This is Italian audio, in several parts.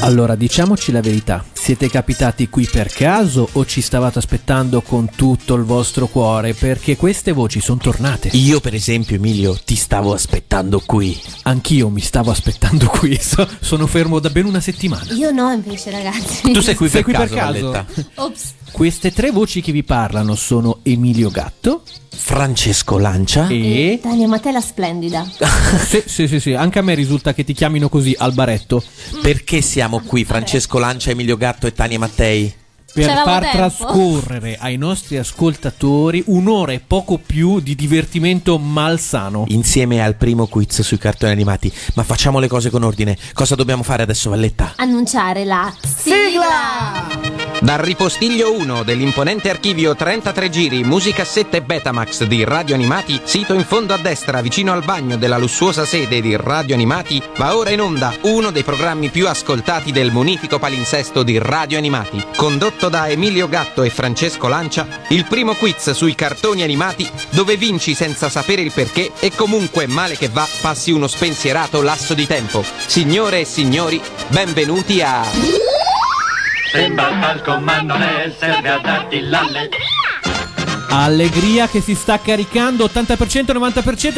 Allora, diciamoci la verità. Siete capitati qui per caso o ci stavate aspettando con tutto il vostro cuore? Perché queste voci sono tornate. Io, per esempio, Emilio, ti stavo aspettando qui. Anch'io mi stavo aspettando qui. so- Sono fermo da ben una settimana. Io no, invece, ragazzi. Tu sei qui, Sei per, qui caso, per caso? Valletta. Ops. Queste tre voci che vi parlano sono Emilio Gatto Francesco Lancia. e... Daniel Matela splendida. Ah. sì, sì, sì, sì, anche a me risulta che ti chiamino così al baretto Perché siamo qui, Francesco Lancia, Emilio Gatto e Tania Mattei? per C'eravamo far tempo. trascorrere ai nostri ascoltatori un'ora e poco più di divertimento malsano. Insieme al primo quiz sui cartoni animati. Ma facciamo le cose con ordine. Cosa dobbiamo fare adesso, Valletta? Annunciare la sigla. Dal ripostiglio 1 dell'imponente archivio 33 giri, musicassette Betamax di Radio Animati, sito in fondo a destra vicino al bagno della lussuosa sede di Radio Animati, va ora in onda uno dei programmi più ascoltati del munifico palinsesto di Radio Animati. Condotto da Emilio Gatto e Francesco Lancia, il primo quiz sui cartoni animati dove vinci senza sapere il perché e comunque male che va passi uno spensierato lasso di tempo. Signore e signori, benvenuti a... Sembra il palco ma non è, serve a darti l'alle. Allegria che si sta caricando 80%, 90%,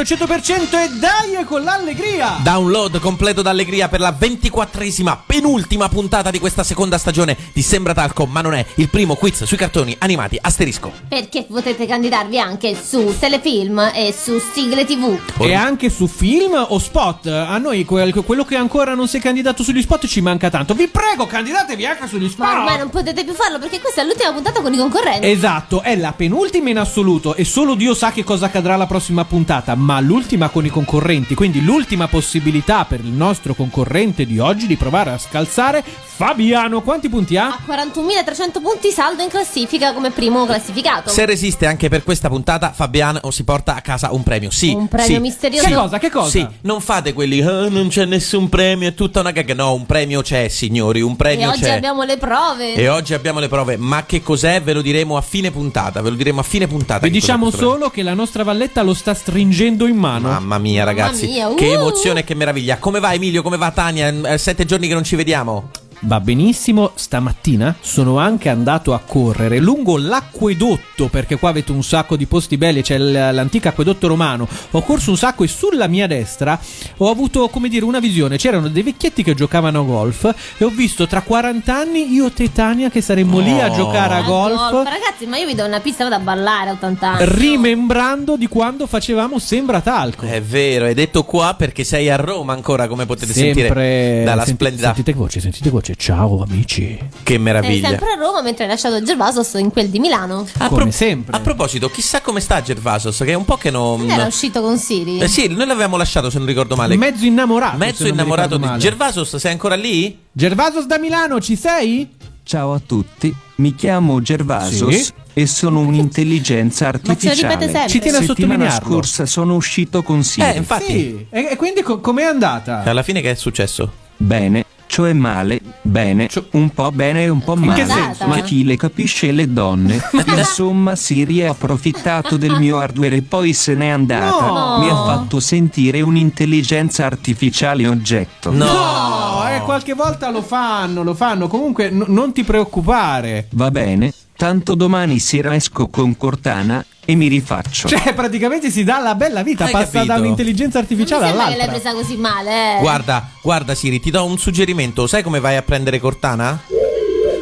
100% e dai è con l'allegria! Download completo d'allegria per la ventiquattresima, penultima puntata di questa seconda stagione di Sembra Talco, ma non è il primo quiz sui cartoni animati asterisco. Perché potete candidarvi anche su telefilm e su sigle tv. E anche su film o spot? A noi quel- quello che ancora non si è candidato sugli spot ci manca tanto. Vi prego, candidatevi anche sugli spot! Ma ormai non potete più farlo perché questa è l'ultima puntata con i Eh, concorrenti. Esatto, è la penultima in assoluto e solo Dio sa che cosa accadrà la prossima puntata, ma l'ultima con i concorrenti, quindi l'ultima possibilità per il nostro concorrente di oggi di provare a scalzare Fabiano. Quanti punti ha? A 41.300 punti saldo in classifica come primo classificato. Se resiste anche per questa puntata, Fabiano si porta a casa un premio. Sì, Un premio sì, misterioso. Che cosa? Che cosa? Sì, non fate quelli, "Ah, non c'è nessun premio, è tutta una gag. No, un premio c'è, signori, un e premio oggi c'è. abbiamo le prove. cioè. E oggi abbiamo le prove, ma che cos'è ve lo diremo a fine puntata, ve lo diremo a fine puntata. che Vi cos'è diciamo questo premio. solo che la nostra valletta lo sta stringendo in mano. Mamma mia ragazzi, mia, che uh. emozione e che meraviglia. Come va Emilio, come va Tania? È sette giorni che non ci vediamo. Va benissimo, stamattina sono anche andato a correre lungo l'acquedotto, perché qua avete un sacco di posti belli, c'è l- l'antico acquedotto romano. Ho corso un sacco e sulla mia destra ho avuto, come dire, una visione. C'erano dei vecchietti che giocavano a golf e ho visto tra 40 anni io e Tania che saremmo lì a Oh. giocare a Al golf. Ragazzi, ma io vi do una pista vado a ballare a 80 anni. Rimembrando di quando facevamo Sembra Talco. È vero, è detto qua perché sei a Roma ancora, come potete Sempre sentire dalla senti- splendida. Sentite voce, sentite voce. Ciao amici. Che Eh, Sei meraviglia. sempre a Roma mentre hai lasciato Gervaso sto in quel di Milano. A Come sempre. A proposito, chissà come sta Gervasos, che è un po' che non. Non era uscito con Siri. Eh sì, noi l'avevamo lasciato, se non ricordo male. Mezzo innamorato. Mezzo se non mi innamorato ricordo di male. Gervasos, sei ancora lì? Gervasos da Milano, ci sei? Ciao a tutti, mi chiamo Gervasos Sì? e sono un'intelligenza artificiale. ripete sempre. Ci tiene a Settimana sottolinearlo. scorsa sono uscito con Siri. Eh, infatti. Eh, Sì. E, e quindi co- com'è andata? Alla fine che è successo? bene, cioè male, bene, Cioè- un po' bene e un po' che male. senso? Ma chi le capisce le donne? Insomma, Siri ha approfittato del mio hardware e poi se n'è andata. No. Mi ha fatto sentire un'intelligenza artificiale oggetto. No, eh, qualche volta lo fanno, lo fanno. Comunque n- non ti preoccupare. Va bene, tanto domani sera esco con Cortana e mi rifaccio. Cioè, praticamente si dà la bella vita, Hai passa capito? da un'intelligenza non mi artificiale sembra che all'altra. l'hai presa così male. eh. Guarda, guarda Siri, ti do un suggerimento. Sai come vai a prendere Cortana?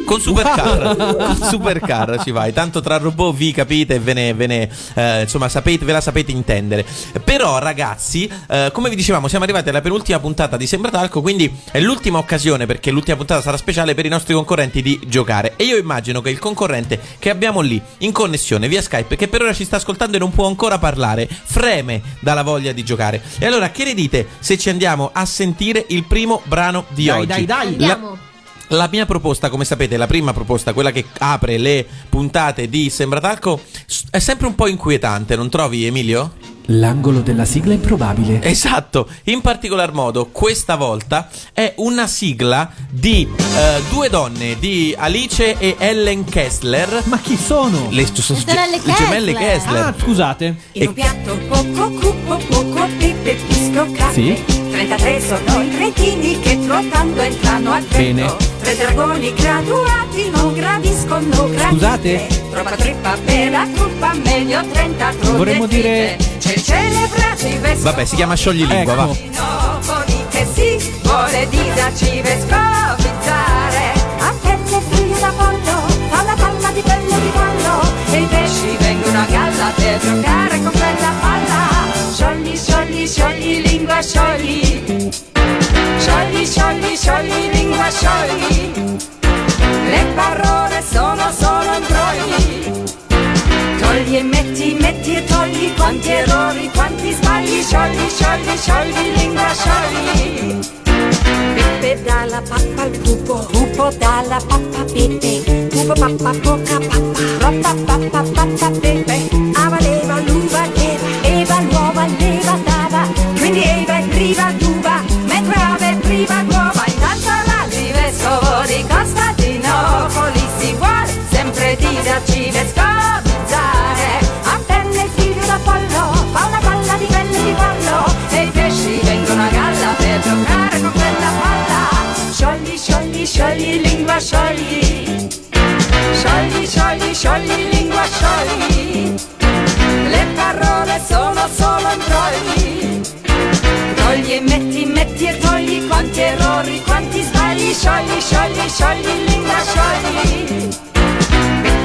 Con Supercar, con Supercar ci vai. Tanto tra robot vi capite e ve ne, ve ne, eh, insomma, sapete, ve la sapete intendere. Però, ragazzi, eh, come vi dicevamo, siamo arrivati alla penultima puntata di Sembratalco. Quindi è l'ultima occasione, perché l'ultima puntata sarà speciale per i nostri concorrenti di giocare. E io immagino che il concorrente che abbiamo lì in connessione via Skype, che per ora ci sta ascoltando e non può ancora parlare, freme dalla voglia di giocare. E allora, che ne dite se ci andiamo a sentire il primo brano di Dai, oggi? dai, dai. Andiamo. La mia proposta, come sapete, la prima proposta, quella che apre le puntate di Sembra Talco, s- è sempre un po' inquietante, non trovi Emilio? L'angolo della sigla improbabile. Esatto, in particolar modo questa volta è una sigla di eh, due donne, di Alice e Ellen Kessler. Ma chi sono? Le, s- s- sorelle le gemelle Kessler. Kessler. Ah, scusate. In un piatto poco cupo, poco pepe, pisco, carne. Sì. 33 sono i cretini che trotando entrano al Bene. vento. Tre dragoni graduati non gradiscono gradite. Scusate? Troppa trippa per la truppa, meglio 30 troie Vorremmo fritte. dire- C'è il celebre arcivescovo Vabbè, si chiama Sciogli Lingua, Ecco. va. Dinopoli che si vuole disarcivescovizzare. A pelle figlia da pollo, alla palla di pelle di pollo. E i pesci vengono a galla per giocare con quella palla. Sciogli, sciogli, sciogli, lingua, sciogli. Sciogli, sciogli, sciogli, lingua, sciogli. Le parole sono solo imbrogli. Togli e metti, metti e togli quanti errori, quanti sbagli, sciogli, sciogli, sciogli, lingua, sciogli. Peppe dalla pappa al pupo, pupo dalla pappa a Peppe, pupo pappa poca pappa, roppa pappa pappa Peppe, Ava leva l'uva leva, Eva l'uova leva dava, quindi Eva è priva d'uva, mentre Ava è priva d'uova, intanto l'arcivescovo di Costantinopoli si vuole sempre dirci vescovizzare, a pelle il figlio da pollo, fa una palla di pelle di pollo, e i pesci vengono a galla per giocare con quella palla. Sciogli, sciogli, sciogli, lingua, sciogli. Sciogli, sciogli, sciogli, lingua, sciogli. Le parole sono solo imbrogli. Togli e metti, metti e togli quanti errori, quanti sbagli. Sciogli, sciogli, sciogli, lingua, sciogli.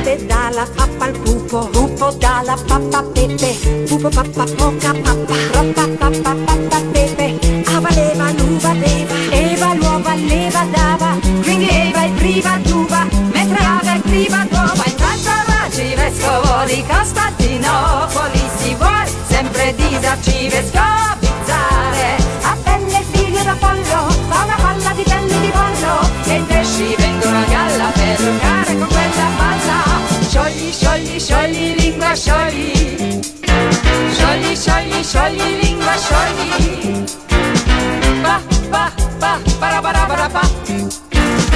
Peppe dalla pappa al pupo, pupo dalla pappa a Peppe, pupo pappa poca pappa, roppa pappa pappa Pepe, Ava leva l'uva leva, Eva l'uova leva dava, quindi Eva è priva d'uva, mentre Ava è priva d'uova, intanto l'arcivescovo di Costantinopoli si vuole sempre disarcivescovizzare, a pelle figlio da pollo, fa una palla di pelle di pollo, e i pesci vengono a galla per giocare con quella palla. Sciogli, sciogli, sciogli, lingua, sciogli. Sciogli, sciogli, sciogli, lingua, sciogli. Pa, pa, pa, parabarabara, pa.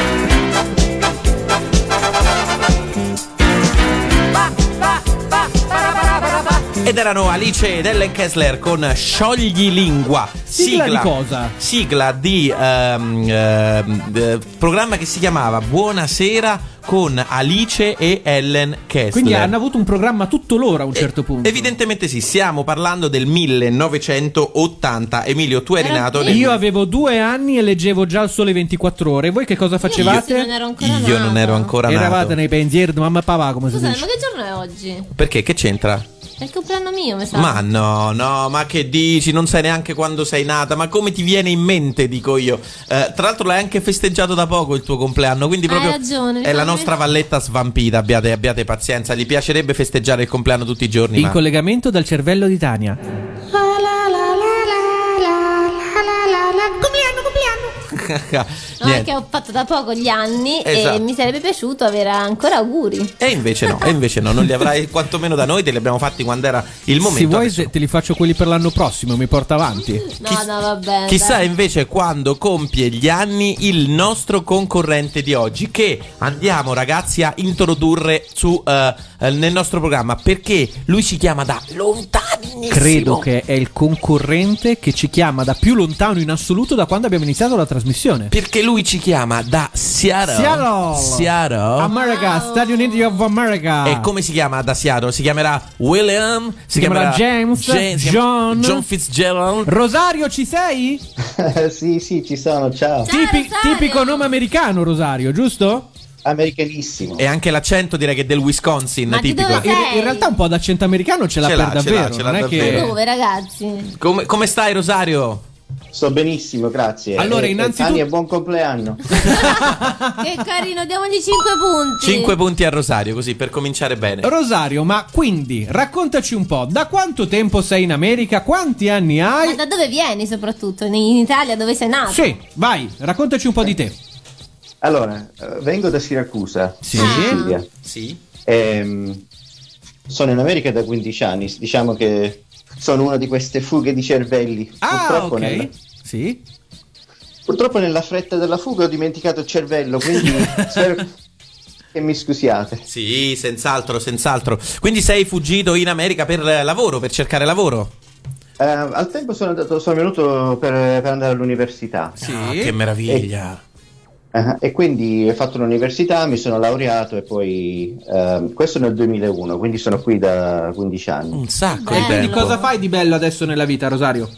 Pa, pa, pa, parabarabara, pa. Ed erano Alice ed Ellen Kessler con Sciogli Lingua. Sigla di cosa? Sigla di ehm, ehm, eh, programma che si chiamava Buonasera con Alice e Ellen Kessler. Quindi hanno avuto un programma tutto loro Eh, a un certo punto. Evidentemente sì, stiamo parlando del 1980. Emilio, tu eri Era nato nel... bellissimo. Io avevo due anni e leggevo già il sole 24 ore. Voi che cosa Io non facevate? ero ancora Io non nata. ero ancora nato. Eravate nei pensieri di mamma e papà, come si Scusate, dice. ma che giorno è oggi? Perché? Che c'entra? È il compleanno mio, mi sa. Ma no, no, ma che dici? Non sai neanche quando sei nata, ma come ti viene in mente, dico io. Eh, tra l'altro l'hai anche festeggiato da poco il tuo compleanno, quindi Hai proprio ragione, è la ricordami. nostra valletta svampita, abbiate, abbiate pazienza, gli piacerebbe festeggiare il compleanno tutti i giorni. In ma- collegamento dal cervello di Tania. Compleanno, compleanno. No, è Niente. che ho fatto da poco gli anni Esatto. e mi sarebbe piaciuto avere ancora auguri. E invece no, e invece no, non li avrai quantomeno da noi, te li abbiamo fatti quando era il momento. Se vuoi, adesso se- te li faccio quelli per l'anno prossimo. Mi porta avanti. No, Chiss- no, vabbè. Chissà eh, dai. invece quando compie gli anni il nostro concorrente di oggi, che andiamo ragazzi a introdurre su, eh, eh, nel nostro programma, perché lui ci chiama da lontanissimo. Credo che è il concorrente che ci chiama da più lontano in assoluto da quando abbiamo iniziato la trasmissione. Perché lui ci chiama da Seattle. Seattle. Ah, Seattle. America, Stati Uniti of America. E come si chiama da Seattle? Si chiamerà William, si, chiamerà James, si chiama- John. John Fitzgerald. Rosario, ci sei? sì, sì, ci sono, ciao. Ciao, Tipi- Rosario. tipico nome americano, Rosario, giusto? Americanissimo. E anche l'accento direi che è del Wisconsin, Ma di tipico. dove In, Sei. in realtà un po' d'accento americano ce l'ha Ce per l'ha, ce l'ha, davvero. ce l'ha non è davvero. che... Dove, ragazzi? Come- come stai Rosario? Sto benissimo, grazie. Allora, E- e innanzitutto- Tania, buon compleanno. Che carino, diamogli 5 punti. 5 punti a Rosario, così per cominciare bene. Rosario, ma quindi raccontaci un po', da quanto tempo sei in America? Quanti anni Ma hai? da dove vieni soprattutto? In in Italia dove sei nato? Sì, vai, raccontaci un po' di te. Allora, eh, vengo da Siracusa, Sì. Ah. in Sicilia. Sì. Ehm, sono in America da 15 anni, diciamo che sono una di queste fughe di cervelli. Ah, Purtroppo ok. nella- Sì. Purtroppo nella fretta della fuga ho dimenticato il cervello, quindi spero che mi scusiate. Sì, senz'altro, senz'altro. Quindi sei fuggito in America per eh, lavoro, per cercare lavoro? Eh, al tempo sono, andato, sono venuto per, per andare all'università Sì. Ah, che meraviglia. Eh, e quindi ho fatto l'università, mi sono laureato e poi ehm, questo nel 2001, quindi sono qui da 15 Mm. anni. Un sacco Eh, di Quindi tempo. cosa fai di bello adesso nella vita, Rosario?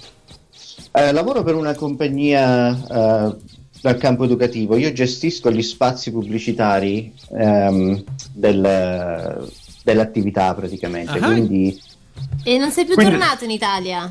Eh, lavoro per una compagnia eh, dal campo educativo, io gestisco gli spazi pubblicitari ehm, del- dell'attività praticamente, Ah. quindi E non sei più Quindi- tornato in Italia?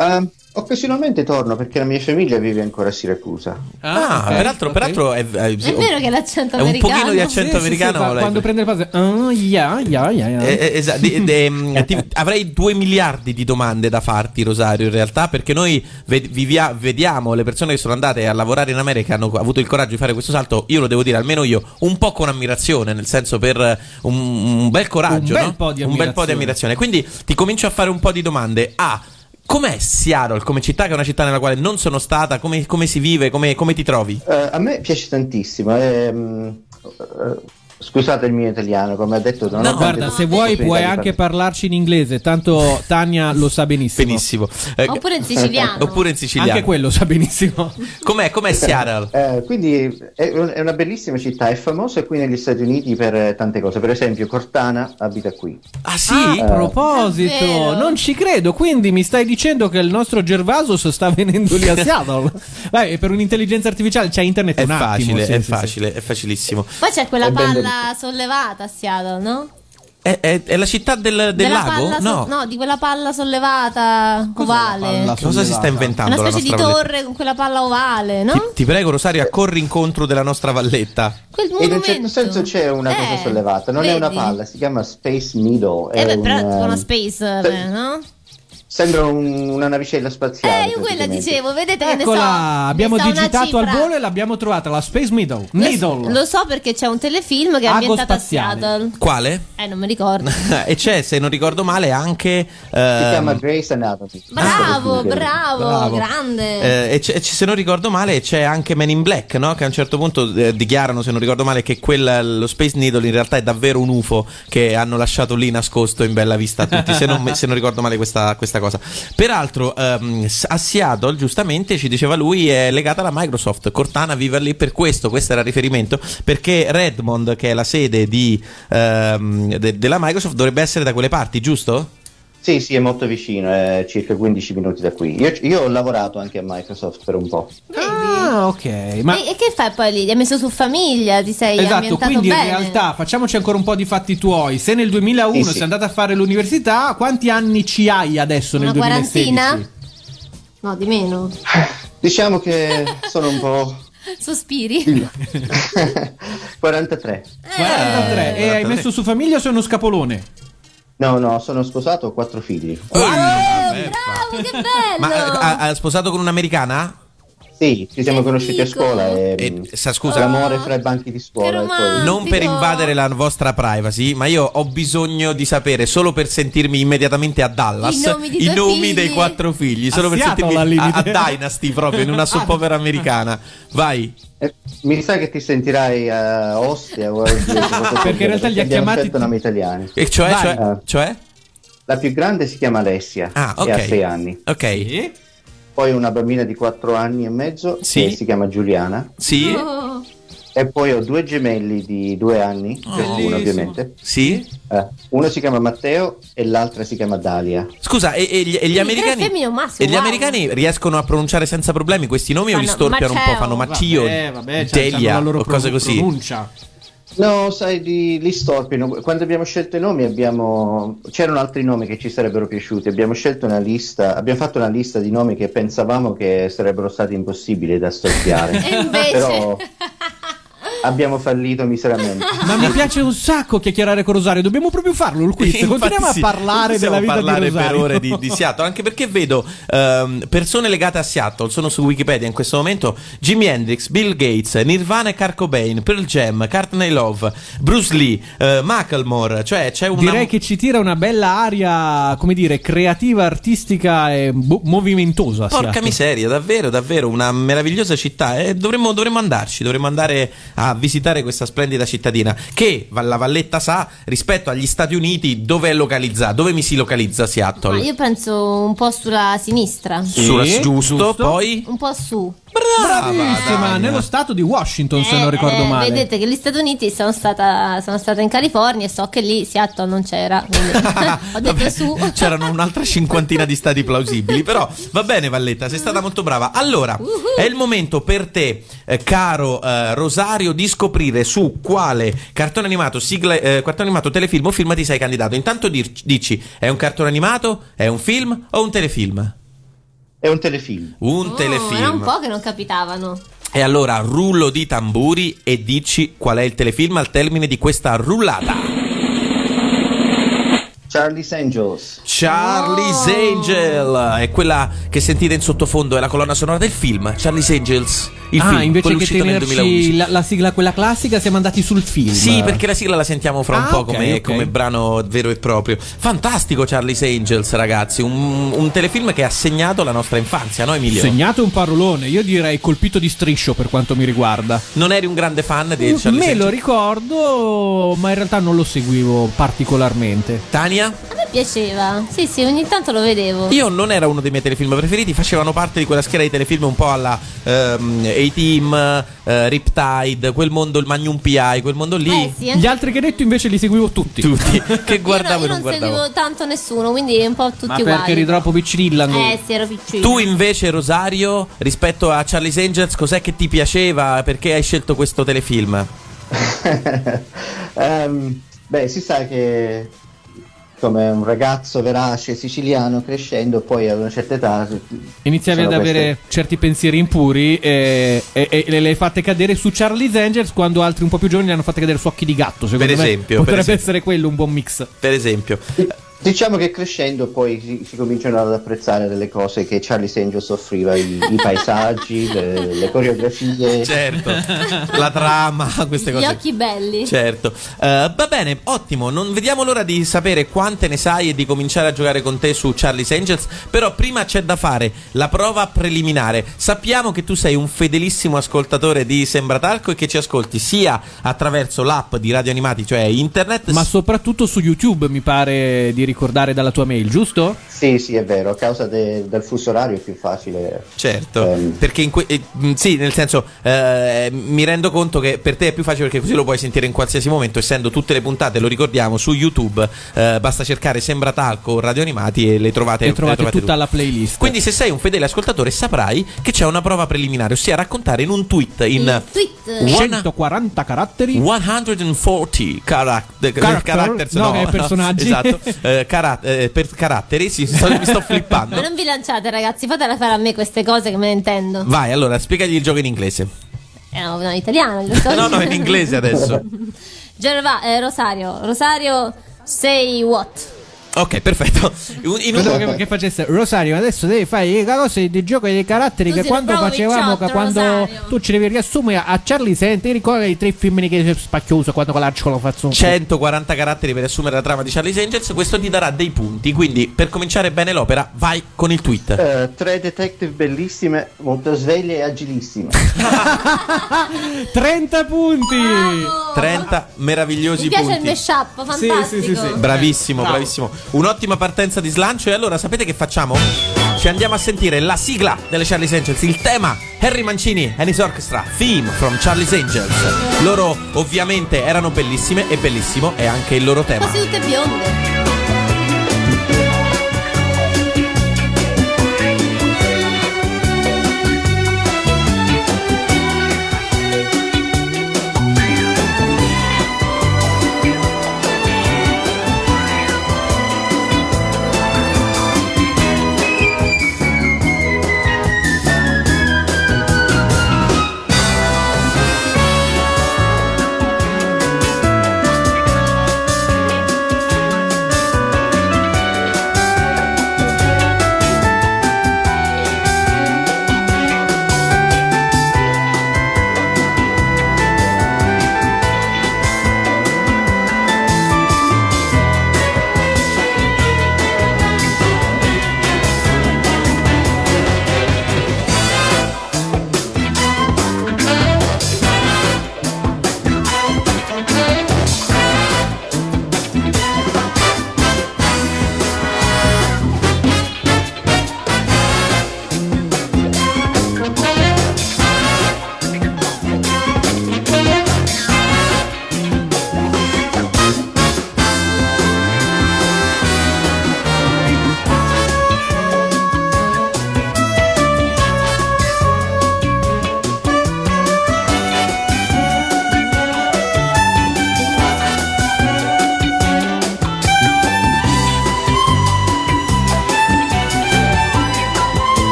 ehm, occasionalmente torno perché la mia famiglia vive ancora a Siracusa. Ah, ok, peraltro, ok. peraltro è, è- È vero che l'accento È un americano. pochino di accento Sì, sì, sì, americano. qua- l'hai- quando prende le pause. Ah, yeah, yeah, yeah, yeah. Eh, eh, esa- de- de- mm, ti- avrei due miliardi di domande da farti, Rosario, in realtà, perché noi ved- vivia- vediamo le persone che sono andate a lavorare in America, hanno avuto il coraggio di fare questo salto, io lo devo dire, almeno io, un po' con ammirazione, nel senso per eh, un, un bel coraggio, Un bel no? po' di un bel po' di ammirazione. ammirazione. Quindi ti comincio a fare un po' di domande. A. Com'è Seattle come città, che è una città nella quale non sono stata? Come, come si vive? Come, come ti trovi? Eh, a me piace tantissimo. ehm, eh, scusate il mio italiano, come ha detto, non No, ho tante Guarda, se vuoi possibilità puoi di anche parlare. parlarci in inglese, tanto Tania lo sa benissimo. Benissimo. Eh, Oppure in siciliano. oppure in siciliano. Anche quello sa benissimo. Com'è, com'è Seattle? Eh, quindi è, un- è una bellissima città, è famosa qui negli Stati Uniti per eh, tante cose. Per esempio, Cortana abita qui. Ah sì? Ah, a Davvero? proposito, non ci credo, quindi mi stai dicendo che il nostro Gervasos sta venendo lì a Seattle? Vai, per un'intelligenza artificiale c'è internet È un attimo. facile, sì, è sì, sì. facile, è facilissimo. Poi c'è quella È ben palla detto. sollevata a Seattle, no? È, è- è la città del, del Della lago? palla so- no. no, di quella palla sollevata ovale. palla? Che Cosa si sta È inventando? una specie di la nostra valletta? torre con quella palla ovale, no? Ti, ti prego, Rosario, accorri incontro della nostra valletta. Quel E in monumento. un certo senso c'è una cosa Eh, sollevata, non è una vedi? palla, si chiama Space Meadow. Eh è beh, un, però è tipo una ehm, space, se- no? Sembra un- una navicella spaziale. Eh, io quella praticamente. dicevo, vedete che ne so. Eccola, abbiamo ne so una digitato al cifra. volo e l'abbiamo trovata, la Space Needle. Lo- Needle. Lo so perché c'è un telefilm che è ambientato a Agospaziale. Seattle. Quale? Eh, non mi ricordo. e c'è, se non ricordo male, anche. Si ehm, chiama Grace Anatomy. Ah, Bravo, Questo è bravo, Bravo. grande. eh, e c'è- c- se non ricordo male, c'è anche Men in Black, no? Che a un certo punto eh, dichiarano, se non ricordo male, che quella- lo Space Needle in realtà è davvero un UFO che hanno lasciato lì nascosto in bella vista a tutti. se, non, se non ricordo male questa, questa cosa. Peraltro, ehm, s- a Seattle, giustamente, ci diceva lui, è legata alla Microsoft. Cortana vive lì per questo, questo era il riferimento, perché Redmond, che è la sede di, ehm, de- della Microsoft, dovrebbe essere da quelle parti, giusto? Sì, sì, è molto vicino, è circa 15 minuti da qui. Io, io ho lavorato anche a Microsoft per un po'. Ah, ok. Ma E, e che fai poi lì? Ti hai messo su famiglia? Ti sei Esatto, ambientato quindi bene? in realtà facciamoci ancora un po' di fatti tuoi. Se nel 2001 Eh Sì, sì. sei andata a fare l'università, quanti anni ci hai adesso Una nel 2016? quarantina? No, di meno. Diciamo che sono un po'... Sospiri. Eh. 43. Eh. 43. e hai 43. messo su famiglia o sei uno scapolone? No, no, sono sposato, ho quattro figli. Oh, vabbè, bravo, che bello! Ma eh, ha- ha sposato con un'americana? Sì, ci siamo Che conosciuti a figo. scuola e, E, sa, scusa, l'amore fra i banchi di scuola. che E poi... romantico. non per invadere la vostra privacy, ma io ho bisogno di sapere solo per sentirmi immediatamente a Dallas I nomi di due nomi figli. dei quattro figli, A solo per Seattle, sentirmi al a, a limite. Ah, Dynasty proprio in una soap opera americana. Vai. Eh, mi sa che ti sentirai a Ostia o a Perché in realtà li ha abbiamo chiamati- scelto nomi italiani. E cioè, Vai. cioè, cioè? La più grande si chiama Alessia Ah, e ok. ha sei anni. Ok. Poi una bambina di quattro anni e mezzo Sì. che si chiama Giuliana. Sì. Oh, E poi ho due gemelli di due anni, Oh, ciascuno ovviamente. Sì. Eh, uno si chiama Matteo e l'altra si chiama Dalia. Scusa, e, e gli, e gli Quindi americani tre femmine e un maschio, e gli wow. americani riescono a pronunciare senza problemi questi nomi o li Fanno storpiano un po', Matteo. fanno Maccio, Vabbè, vabbè, c'ha- c'hanno Delia la loro o cose pro- così. pronuncia. No, sai, di, li storpino. Quando abbiamo scelto i nomi abbiamo... c'erano altri nomi che ci sarebbero piaciuti. Abbiamo scelto una lista, abbiamo fatto una lista di nomi che pensavamo che sarebbero stati impossibili da storpiare. E invece... Però abbiamo fallito miseramente. Ma mi piace un sacco chiacchierare con Rosario, dobbiamo proprio farlo il quiz. Infatti Continuiamo sì, a parlare possiamo della vita parlare di Rosario. per ore di, di Seattle, anche perché vedo ehm, persone legate a Seattle, sono su Wikipedia in questo momento, Jimi Hendrix, Bill Gates, Nirvana e Kurt Cobain, Pearl Jam, Courtney Love, Bruce Lee, eh, Macklemore, cioè c'è una... Direi che ci tira una bella aria, come dire, creativa, artistica e boh, movimentosa. Porca Seattle. miseria, davvero, davvero, una meravigliosa città. E dovremmo, dovremmo andarci, dovremmo andare a visitare questa splendida cittadina. Che la Valletta sa rispetto agli Stati Uniti dove è localizzata, dove mi si localizza Ma Seattle. io penso un po' sulla sinistra, Sulla- Sì, giusto, giusto. poi. un po' su. Brava, Bravissima, Dania. nello stato di Washington, se Eh, non ricordo eh, male. Vedete che gli Stati Uniti sono stata, sono stata in California e so che lì Seattle non c'era. quindi ho detto Vabbè, su. Oh, C'erano un'altra cinquantina di stati plausibili, però va bene Valletta, sei stata molto brava. Allora, Uhuh. è il momento per te, eh, caro eh, Rosario, di scoprire su quale cartone animato, sigla, eh, cartone animato, telefilm o film ti sei candidato. Intanto dir- dici, è un cartone animato, è un film o un telefilm? È un telefilm. Un Oh, telefilm. Era un po' che non capitavano. E allora, rullo di tamburi e dici qual è il telefilm al termine di questa rullata. Charlie's Angels. Charlie's Oh. Angel è quella che sentite in sottofondo, è la colonna sonora del film Charlie's Angels, il ah, film invece quello che uscito nel tenerci 2011. la, la sigla quella classica, siamo andati sul film. Sì, perché la sigla la sentiamo fra un Ah, po' ok, come, ok. come brano vero e proprio. Fantastico Charlie's Angels, ragazzi, un, un telefilm che ha segnato la nostra infanzia, no Emilio? Segnato un parolone, io direi colpito di striscio per quanto mi riguarda. non eri un grande fan di Charlie's Uh, Mm, Me Angels? lo ricordo, ma in realtà non lo seguivo particolarmente. Tania? A me piaceva. Sì, sì, ogni tanto lo vedevo. Io non era uno dei miei telefilm preferiti, facevano parte di quella schiera di telefilm un po' alla ehm, A-Team, eh, Riptide, quel mondo, il Magnum PI, quel mondo lì. Eh, sì, anche- Gli altri che hai detto invece li seguivo tutti. tutti che io no- guardavo io e non non guardavo. seguivo tanto nessuno, quindi un po' tutti ma uguali. perché eri troppo piccirillano. Eh, sì, ero piccino. Tu invece, Rosario, rispetto a Charlie's Angels, cos'è che ti piaceva? Perché hai scelto questo telefilm? Ehm, beh, si sa che come un ragazzo verace siciliano crescendo, poi ad una certa età Iniziavi sono ad avere queste- certi pensieri impuri e, e- e le, le hai fatte cadere su Charlie's Angels quando altri un po' più giovani le hanno fatte cadere su Occhi di Gatto. Secondo Per me esempio, per potrebbe esempio. essere quello un buon mix. Per esempio, Diciamo che crescendo poi si, si cominciano ad apprezzare delle cose che Charlie Angels offriva, i, i paesaggi, le, le coreografie. certo, la trama, queste Gli cose. occhi belli. Certo, Eh, va bene, ottimo. Non vediamo l'ora di sapere quante ne sai e di cominciare a giocare con te su Charlie's Angels. Però prima c'è da fare la prova preliminare. Sappiamo che tu sei un fedelissimo ascoltatore di Sembratalco e che ci ascolti sia attraverso l'app di Radio Animati, cioè internet, Ma soprattutto su YouTube mi pare di ricordare dalla tua mail, giusto? Sì, sì, è vero, a causa de- del fuso orario è più facile. Certo, Ehm. perché in que- eh, mh, sì, nel senso eh, mi rendo conto che per te è più facile perché così lo puoi sentire in qualsiasi momento, essendo tutte le puntate, lo ricordiamo, su YouTube, eh, basta cercare Sembra Talco o Radio Animati e le trovate, e le trovate tutta tutte. la playlist. Quindi se sei un fedele ascoltatore saprai che c'è una prova preliminare, ossia raccontare in un tweet in Il tweet. One- 140 caratteri. 140 carac- Character? eh, characters, No, che è personaggi. esatto, eh, cara- eh, per caratteri, sì, sto- mi sto Ma flippando. non vi lanciate, ragazzi, fatela fare a me queste cose che me ne intendo. Vai, allora, spiegagli il gioco in inglese. Eh, no, no, italiano, giusto? No, no, in inglese adesso. Gerva, eh, Rosario, Rosario, say what? Ok, perfetto. Un- In Pensavo un... che, che facesse Rosario adesso devi fare le cose di gioco e dei caratteri Tu che sei quando proprio facevamo vecchiotto, che quando Rosario. tu ci devi riassumere a Charlie senti ricorda i tre film che spacchioso quando con l'arcio lo faccio 140 caratteri per assumere la trama di Charlie's Angels. Questo ti darà dei punti. Quindi, per cominciare bene l'opera, vai con il tweet. Eh, tre detective bellissime, molto sveglie e agilissime. 30 punti 30 meravigliosi Mi piace il punti. mashup, fantastico. Sì, sì, sì, sì. Bravissimo, bravissimo. Un'ottima partenza di slancio. E allora sapete che facciamo? Ci andiamo a sentire la sigla delle Charlie's Angels, il tema Harry Mancini and his orchestra, theme from Charlie's Angels. Loro ovviamente erano bellissime e bellissimo è anche il loro tema. Quasi tutte Eh, bionde. Io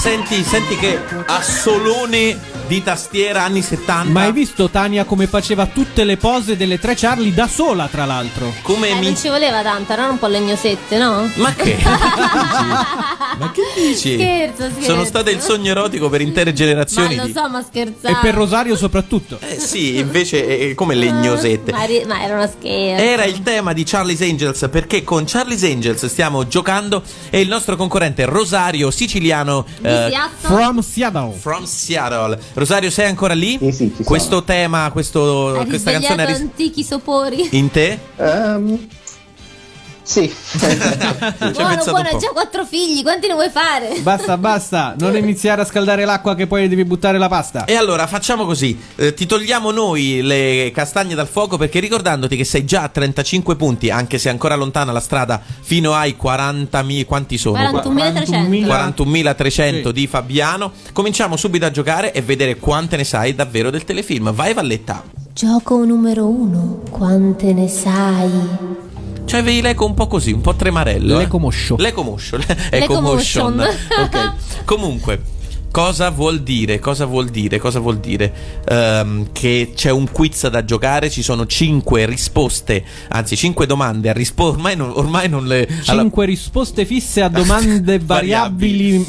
Senti, senti che assolone di tastiera anni 70. Ma hai visto Tania come faceva tutte le pose delle tre Charlie da sola, tra l'altro? Come Eh, mi. non ci voleva tanto, erano un po' legnosette, no? Ma che? ma che dici? Scherzo, scherzo. Sono state il sogno erotico per intere generazioni. Ma lo di- so, ma scherzavo. E per Rosario soprattutto. Esatto. Eh, sì, invece eh, come legnosette. Eh, Ma, ri- ma era una scherza. Era il tema di Charlie's Angels perché con Charlie's Angels stiamo giocando e il nostro concorrente Rosario siciliano eh, Di Siatto? From Seattle. From Seattle. Rosario, sei ancora lì? Sì, Eh sì, ci sono. Questo tema, questo- Ha questa canzone è risvegliato ris- antichi sopori. in te? Ehm, sì. Ci hai buono, pensato un buono, po'. hai già quattro figli, quanti ne vuoi fare? Basta, basta, non iniziare a scaldare l'acqua che poi devi buttare la pasta. E allora facciamo così, eh, ti togliamo noi le castagne dal fuoco perché ricordandoti che sei già a 35 punti, anche se ancora lontana la strada, fino ai 40.000, quanti sono? 41.300. 41.000. 41.300 Sì. di Fabiano. Cominciamo subito a giocare e vedere quante ne sai davvero del telefilm. Vai Valletta. Gioco numero uno, quante ne sai? Cioè avevi l'eco un po' così, un po' tremarello. eh? L'eco moscio. L'eco moscio. L'eco L'eco motion. motion. ok. Comunque, cosa vuol dire? Cosa vuol dire? Cosa vuol dire? Ehm, che c'è un quiz da giocare, ci sono 5 risposte, anzi 5 domande a risposta. Ormai non, ormai non le... alla- Cinque risposte fisse a domande Variabili. variabili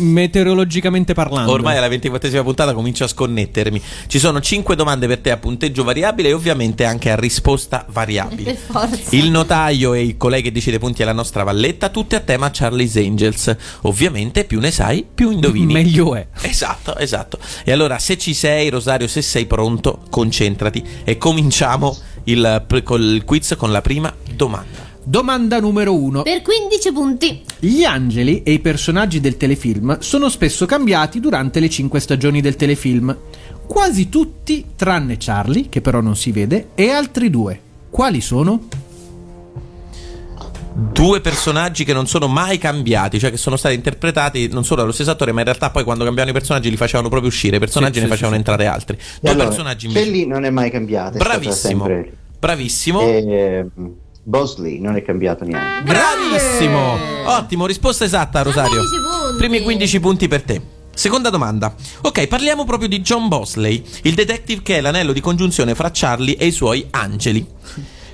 meteorologicamente parlando. Ormai alla 24esima puntata comincio a sconnettermi. Ci sono 5 domande per te a punteggio variabile e ovviamente anche a risposta Per variabile. forza. Il notaio e il collega che decide punti alla nostra valletta, tutti a tema Charlie's Angels. Ovviamente più ne sai, più indovini. Meglio è. Esatto, esatto. E allora se ci sei, Rosario, se sei pronto, concentrati e cominciamo il, col quiz con la prima domanda. Domanda numero uno. Per 15 punti. Gli angeli e i personaggi del telefilm sono spesso cambiati durante le cinque stagioni del telefilm. Quasi tutti, tranne Charlie, che però non si vede, e altri due. Quali sono? Due personaggi che non sono mai cambiati, cioè che sono stati interpretati non solo dallo stesso attore, ma in realtà poi quando cambiavano i personaggi li facevano proprio uscire, i personaggi Sì, ne sì, facevano sì, sì. entrare altri. E Due allora, personaggi invece. Shelley non è mai cambiata. è stata Bravissimo. sempre lì. Bravissimo. Ehm, Bosley non è cambiato niente. Bravissimo! Ottimo, risposta esatta, Rosario. 15 punti. Primi 15 punti per te. Seconda domanda. Ok, parliamo proprio di John Bosley, il detective che è l'anello di congiunzione fra Charlie e i suoi angeli.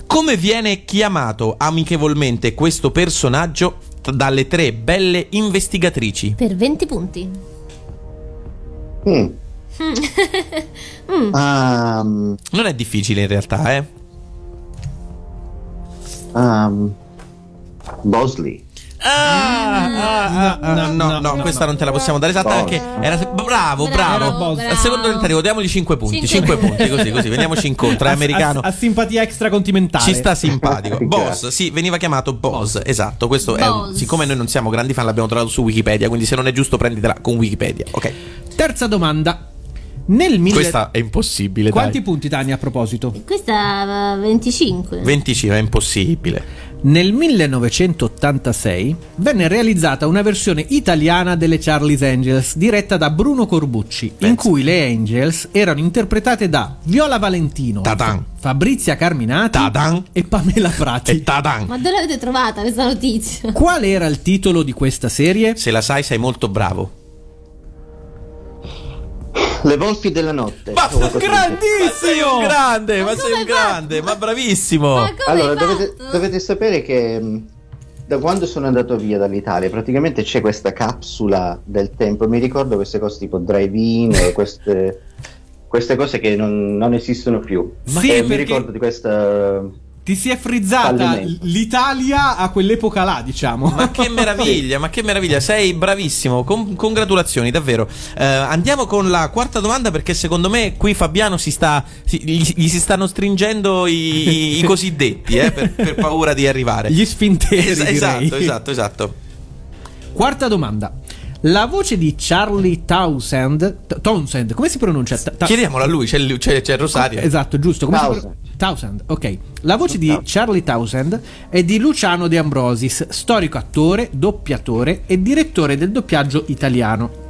Come viene chiamato amichevolmente questo personaggio t- dalle tre belle investigatrici? Per 20 punti. Mm. Ehm, Non è difficile in realtà, eh? ehm, Bosley. Ah, ah, no, no, no, questa non te la possiamo dare esatta Bosley. perché era se- Bravo, bravo, bravo. bravo. Al secondo tentativo diamogli 5 punti, Cinque 5 punti. punti, così, così, veniamoci incontro, è americano. A, a simpatia extracontinentale. Ci sta simpatico. Boss, Grazie. sì, veniva chiamato Boss. Esatto, questo è. un- Boss. Siccome noi non siamo grandi fan, l'abbiamo trovato su Wikipedia. Quindi se non è giusto, prenditela con Wikipedia. Ok. Terza domanda. Nel mille... Questa è impossibile. Quanti dai. punti, Tania, a proposito? Questa eh, 25. 25 è impossibile. Nel 1986 venne realizzata una versione italiana delle Charlie's Angels diretta da Bruno Corbucci, in Pensa. cui le Angels erano interpretate da Viola Valentino, Ta-dan. Fabrizia Carminati Ta-dan. e Pamela Prati. E tadan. Ma dove l'avete trovata questa notizia? Qual era il titolo di questa serie? Se la sai, sei molto bravo. Le volpi della notte. O qualcosa del genere. grandissimo! grande, ma Ma come sei un hai grande, ma fatto? bravissimo. Ma come Allora, hai dovete, fatto? dovete sapere che mh, da quando sono andato via dall'Italia, praticamente c'è questa capsula del tempo. Mi ricordo queste cose tipo drive-in, e queste, queste cose che non, non esistono più. Ma- Sì, Eh, perché- Mi ricordo di questa. Ti si è frizzata Fallimento. l'Italia a quell'epoca là, diciamo. Ma che meraviglia, ma che meraviglia, sei bravissimo, con- congratulazioni davvero. Eh, andiamo con la quarta domanda perché secondo me qui Fabiano si sta, si- gli, gli si stanno stringendo i, i- i cosiddetti eh, per, per paura di arrivare. Gli sfinteri, Es- direi. esatto, esatto, esatto. Quarta domanda. La voce di Charlie Townsend, T- Townsend, come si pronuncia? Ta- ta- Chiediamolo a lui, c'è, lui- c'è- c'è Rosario. Esatto, giusto. Come si pro- Townsend. Townsend, ok. La voce di Charlie Townsend è di Luciano De Ambrosis, storico attore, doppiatore e direttore del doppiaggio italiano.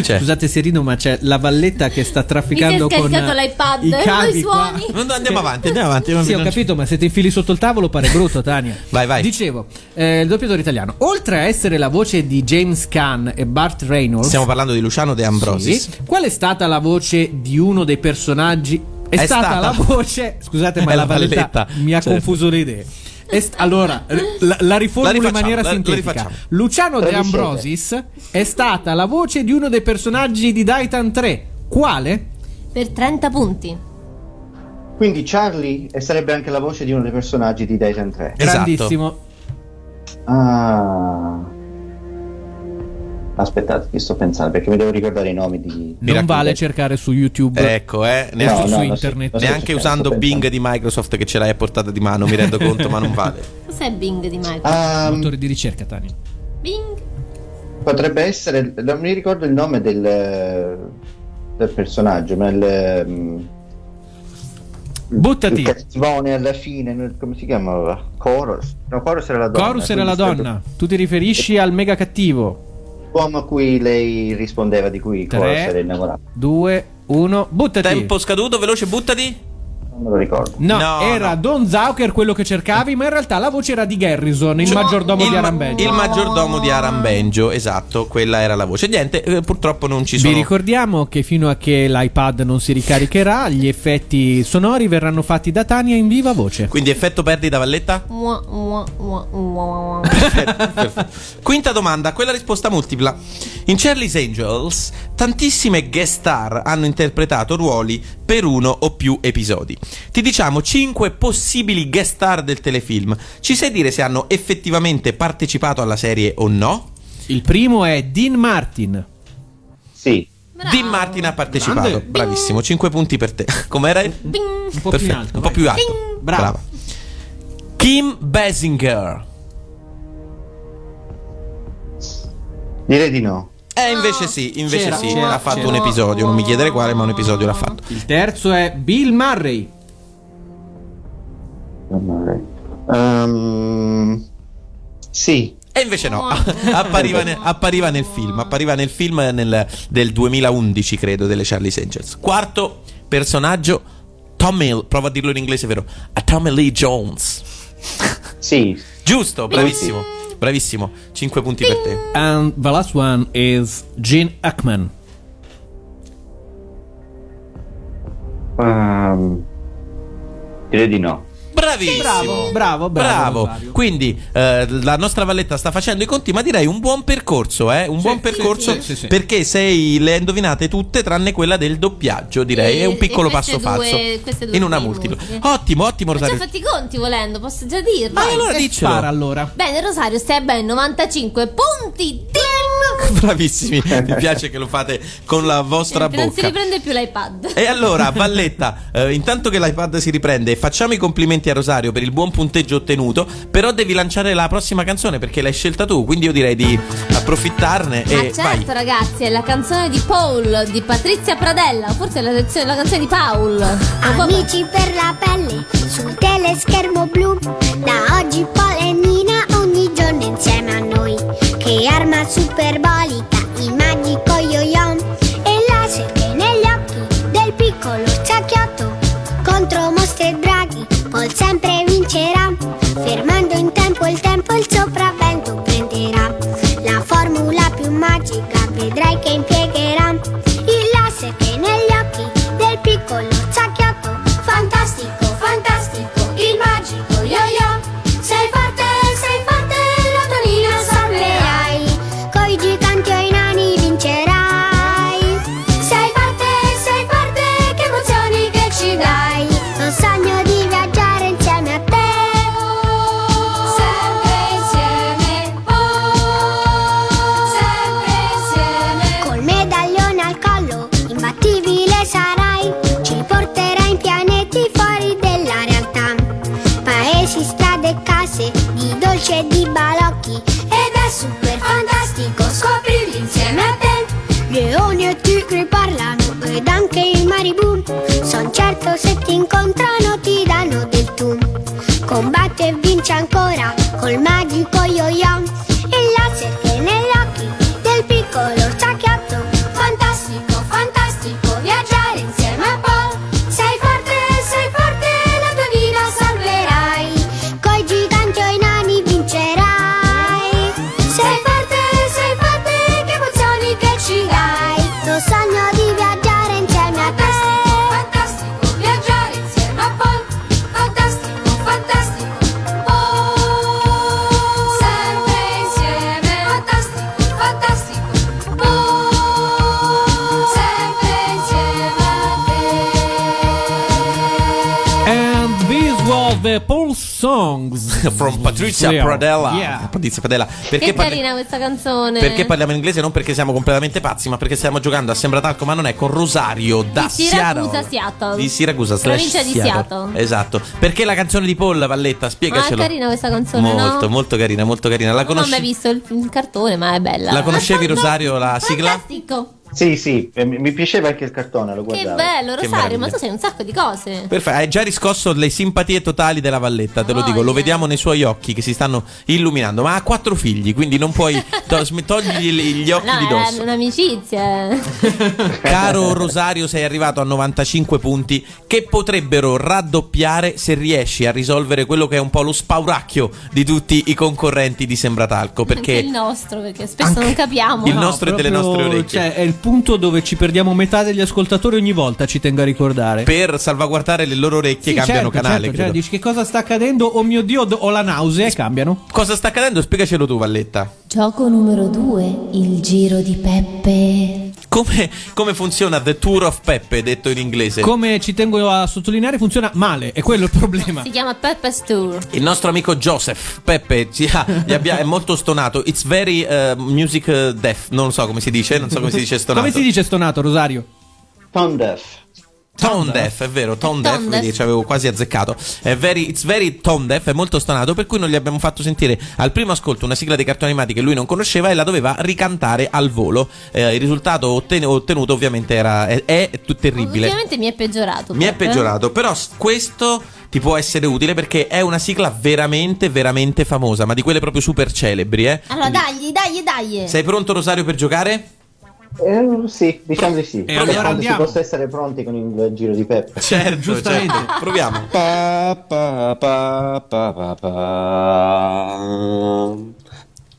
c'è? Scusate Serino, ma c'è la valletta che sta trafficando Mi si è con scaricato l'iPad, i non cavi i qua. suoni. No, no, andiamo avanti, andiamo avanti. non- Sì, ho non- capito, ma se ti infili sotto il tavolo pare brutto, Tania. Vai, vai. Dicevo, eh, il doppiatore italiano, oltre a essere la voce di James Caan e Bart Reynolds, Stiamo parlando di Luciano De Ambrosis. Sì. Qual è stata la voce di uno dei personaggi? È, È stata, stata- la voce. Scusate, ma È la, la valletta, valletta, mi ha certo. confuso le idee. È st- allora, r- la, la riformulo in rifacciamo, maniera la- la sintetica. rifacciamo. Luciano De Traducete. Ambrosis è stata la voce di uno dei personaggi di Titan 3. Quale? Per 30 punti. Quindi Charlie e sarebbe anche la voce di uno dei personaggi di Titan 3. Esatto. Grandissimo. Ah. Aspettate, che sto pensando perché mi devo ricordare i nomi di Mi non vale racconta- cercare su YouTube. Ecco, eh, No, neanche, no, su no, internet. sì, lo sto neanche cercando, usando sto Bing pensando. di Microsoft che ce l'hai a portata di mano, mi rendo conto, ma non vale. Cos'è Bing di Michael? Ah, Motore di ricerca, Tania. Bing. potrebbe essere non mi ricordo il nome del, del personaggio, ma il mm, Buttati. il cattivone alla fine, no, come si chiamava? Chorus. No, Chorus era la donna. Corus era la quindi sarebbe donna. Tu ti riferisci al mega cattivo. L'uomo a cui lei rispondeva di cui Tre. Chorus era innamorato. 2 1 buttati. Tempo scaduto, veloce, buttati. Non me lo ricordo. No, No, era no. Don Zauker quello che cercavi, ma in realtà la voce era di Garrison, il Cioè, maggiordomo il di ma- Arambeggio. Il maggiordomo di Arambeggio, esatto, quella era la voce. Niente, eh, purtroppo non ci sono. Vi ricordiamo che fino a che l'iPad non si ricaricherà, gli effetti sonori verranno fatti da Tania in viva voce. Quindi effetto perdita valletta? Mua, mua, mua, mua, mua. Quinta domanda, quella risposta multipla. In Charlie's Angels tantissime guest star hanno interpretato ruoli per uno o più episodi. Ti diciamo 5 possibili guest star del telefilm. Ci sai dire se hanno effettivamente partecipato alla serie o no? Il primo è Dean Martin. Sì, Bravo. Dean Martin ha partecipato. Grande. Bravissimo, 5 punti per te. Com'era? Un Bing. Un po' più in alto. un po' vai. più alto. Ding. Brava. Kim Basinger. direi di no. Eh, invece sì, invece C'era, sì, c'era, ha fatto c'era. un episodio, non mi chiedere quale, ma un episodio l'ha fatto. Il terzo è Bill Murray. Non male. Ehm, sì, E invece no, appariva, ne- appariva nel film, appariva nel film nel- del 2011, credo, delle Charlie's Angels. Quarto personaggio, Tommy, prova a dirlo in inglese, vero? A Tommy Lee Jones. sì. Giusto, bravissimo, bravissimo. 5 punti per te. And the last one is Gene Hackman. Ehm, direi di no. Bravissimo. Bravo, bravo, bravo, Rosario. Quindi eh, la nostra valletta sta facendo i conti, ma direi un buon percorso, eh? Un Sì, buon sì, percorso sì, sì, sì. perché sei le hai indovinate tutte tranne quella del doppiaggio, direi. Sì, È un e piccolo passo queste falso due- queste due in una prime multipla. musiche. Ottimo, ottimo Ho già Rosario. fatti i conti volendo, posso già dirlo. Ah, allora E diccelo. spara allora. Bene, Rosario, stai a ben 95 punti. Tim! Bravissimi, mi piace che lo fate con la vostra Non si bocca. riprende più l'iPad. E allora, Valletta, eh, intanto che l'iPad si riprende, facciamo i complimenti a Rosario per il buon punteggio ottenuto. Però devi lanciare la prossima canzone perché l'hai scelta tu. Quindi io direi di approfittarne e Ah certo vai. ragazzi, è la canzone di Paul, di Patrizia Pradella, forse è la, sezione- la canzone di Paul. Amici per la pelle, sul teleschermo blu, da oggi Polenina ogni giorno insieme a noi, che arma superbolica, il magico yo-yo e la sete negli occhi del piccolo ciacchiotto, contro mostri e draghi, Paul sempre vincerà, fermando in tempo il tempo il sopravvento prenderà, la formula più magica vedrai che impiegherà, il laser che negli occhi del piccolo zacchiotto Fantastico, fantastico, il magico yo-yo Sei forte, sei forte, la tua linea salverai Coi giganti o i nani vincerai Sei forte, sei forte, che emozioni che ci dai Ho sogno di viaggiare insieme a te Sempre insieme, Oh. sempre insieme Col medaglione al collo, imbattibile sarai Ci porterai in pianeti fuori della realtà Paesi, strade e case, di dolce e di balocchi Ed è super fantastico scoprirli insieme a te Leoni e tigri parlano ed anche i maribù Son certo se ti incontrano ti danno del tu Combatte e vince ancora col magico yo-yo E il laser che negli occhi del piccolo Oh, Oh, And this was the Paul Songs From Patrizia Yeah. Pradella. eh. oh. Yeah. Patrizia Pradella. Perché, Che parli- carina questa canzone. perché parliamo in inglese? Non perché siamo completamente pazzi, ma perché stiamo giocando a Sembra Talco, ma non è con Rosario da Di Siracusa, Seattle. Seattle. Di Siracusa, slash Provincia di Seattle. Esatto. Perché la canzone di Paul, Valletta? Ma è Spiegacelo. carina questa canzone, molto, no? molto carina, molto carina. La Non ho mai conosci? visto il, il cartone, ma è bella. La conoscevi, Ah, fantastico, Rosario, la sigla? Fantastico. Sì, sì, eh, mi mi piaceva anche il cartone, lo Che guardavo. bello, Che Rosario, meraviglia. ma tu sai un sacco di cose. Perfetto, hai già riscosso le simpatie totali della Valletta, te lo Voglia. dico, lo vediamo nei suoi occhi che si stanno illuminando, ma ha quattro figli, quindi non puoi to- sm- togli gli- gli occhi no, eh, di è eh. dosso. un'amicizia. Caro Rosario, sei arrivato a 95 punti che potrebbero raddoppiare se riesci a risolvere quello che è un po' lo spauracchio di tutti i concorrenti di Sembratalco, Anche il perché nostro, perché spesso Anche- non capiamo. il nostro e delle proprio, nostre orecchie. Cioè, è il punto dove ci perdiamo metà degli ascoltatori ogni volta, ci tengo a ricordare. per salvaguardare le loro orecchie Sì, cambiano certo, canale. certo, cioè, credo. dici che cosa sta accadendo? Oh mio Dio, do- ho la nausea e cambiano. Cosa sta accadendo? Spiegacelo tu, Valletta. Gioco numero 2, il giro di Peppe. Come, come funziona The Tour of Peppe, detto in inglese? Come ci tengo a sottolineare, funziona male, è quello il problema. Si chiama Peppa's Tour. Il nostro amico Joseph Peppe ci ha- gli abbia- è molto stonato. It's very eh, music eh, deaf. Non so come si dice. Non so come si dice stonato. Come si dice stonato, Rosario? Tom Deaf. Tone deaf, è vero, tone Tone deaf, deaf. vedi, ci avevo quasi azzeccato. È very, it's very tone deaf, è molto stonato, per cui non gli abbiamo fatto sentire al primo ascolto una sigla dei cartoni animati che lui non conosceva e la doveva ricantare al volo. Eh, il risultato otten- ottenuto ovviamente era, è, è tut- terribile. Ovviamente mi è peggiorato. Mi è Peppe. peggiorato, però s- questo ti può essere utile perché è una sigla veramente, veramente famosa, ma di quelle proprio super celebri, eh. Allora, dagli, dagli, dagli. Sei pronto Rosario per giocare? Eh, sì, diciamo di sì. E allora Quando si andiamo. possa essere pronti con il giro di Peppe. Certo, Giustamente. certo. Proviamo. Pa, pa, pa, pa, pa, pa.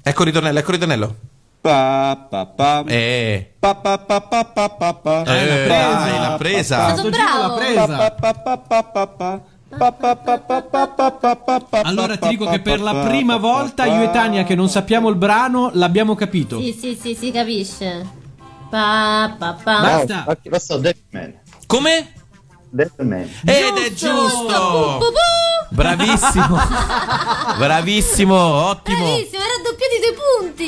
Ecco il ritornello, ecco il ritornello. Eh. Eh, dai, l'ha presa. Sono bravo. presa. Allora ti dico che per la prima volta io e Tania che non sappiamo il brano l'abbiamo capito. Sì, sì, sì, si capisce. Pa, pa, pa. Ma- No, Basta. Eh, ok, lo so, Deadman. Come? Deadman. Ed Pu, è pu, giusto! pu. Bravissimo! Bravissimo, ottimo! Bravissimo, hai raddoppiato i tuoi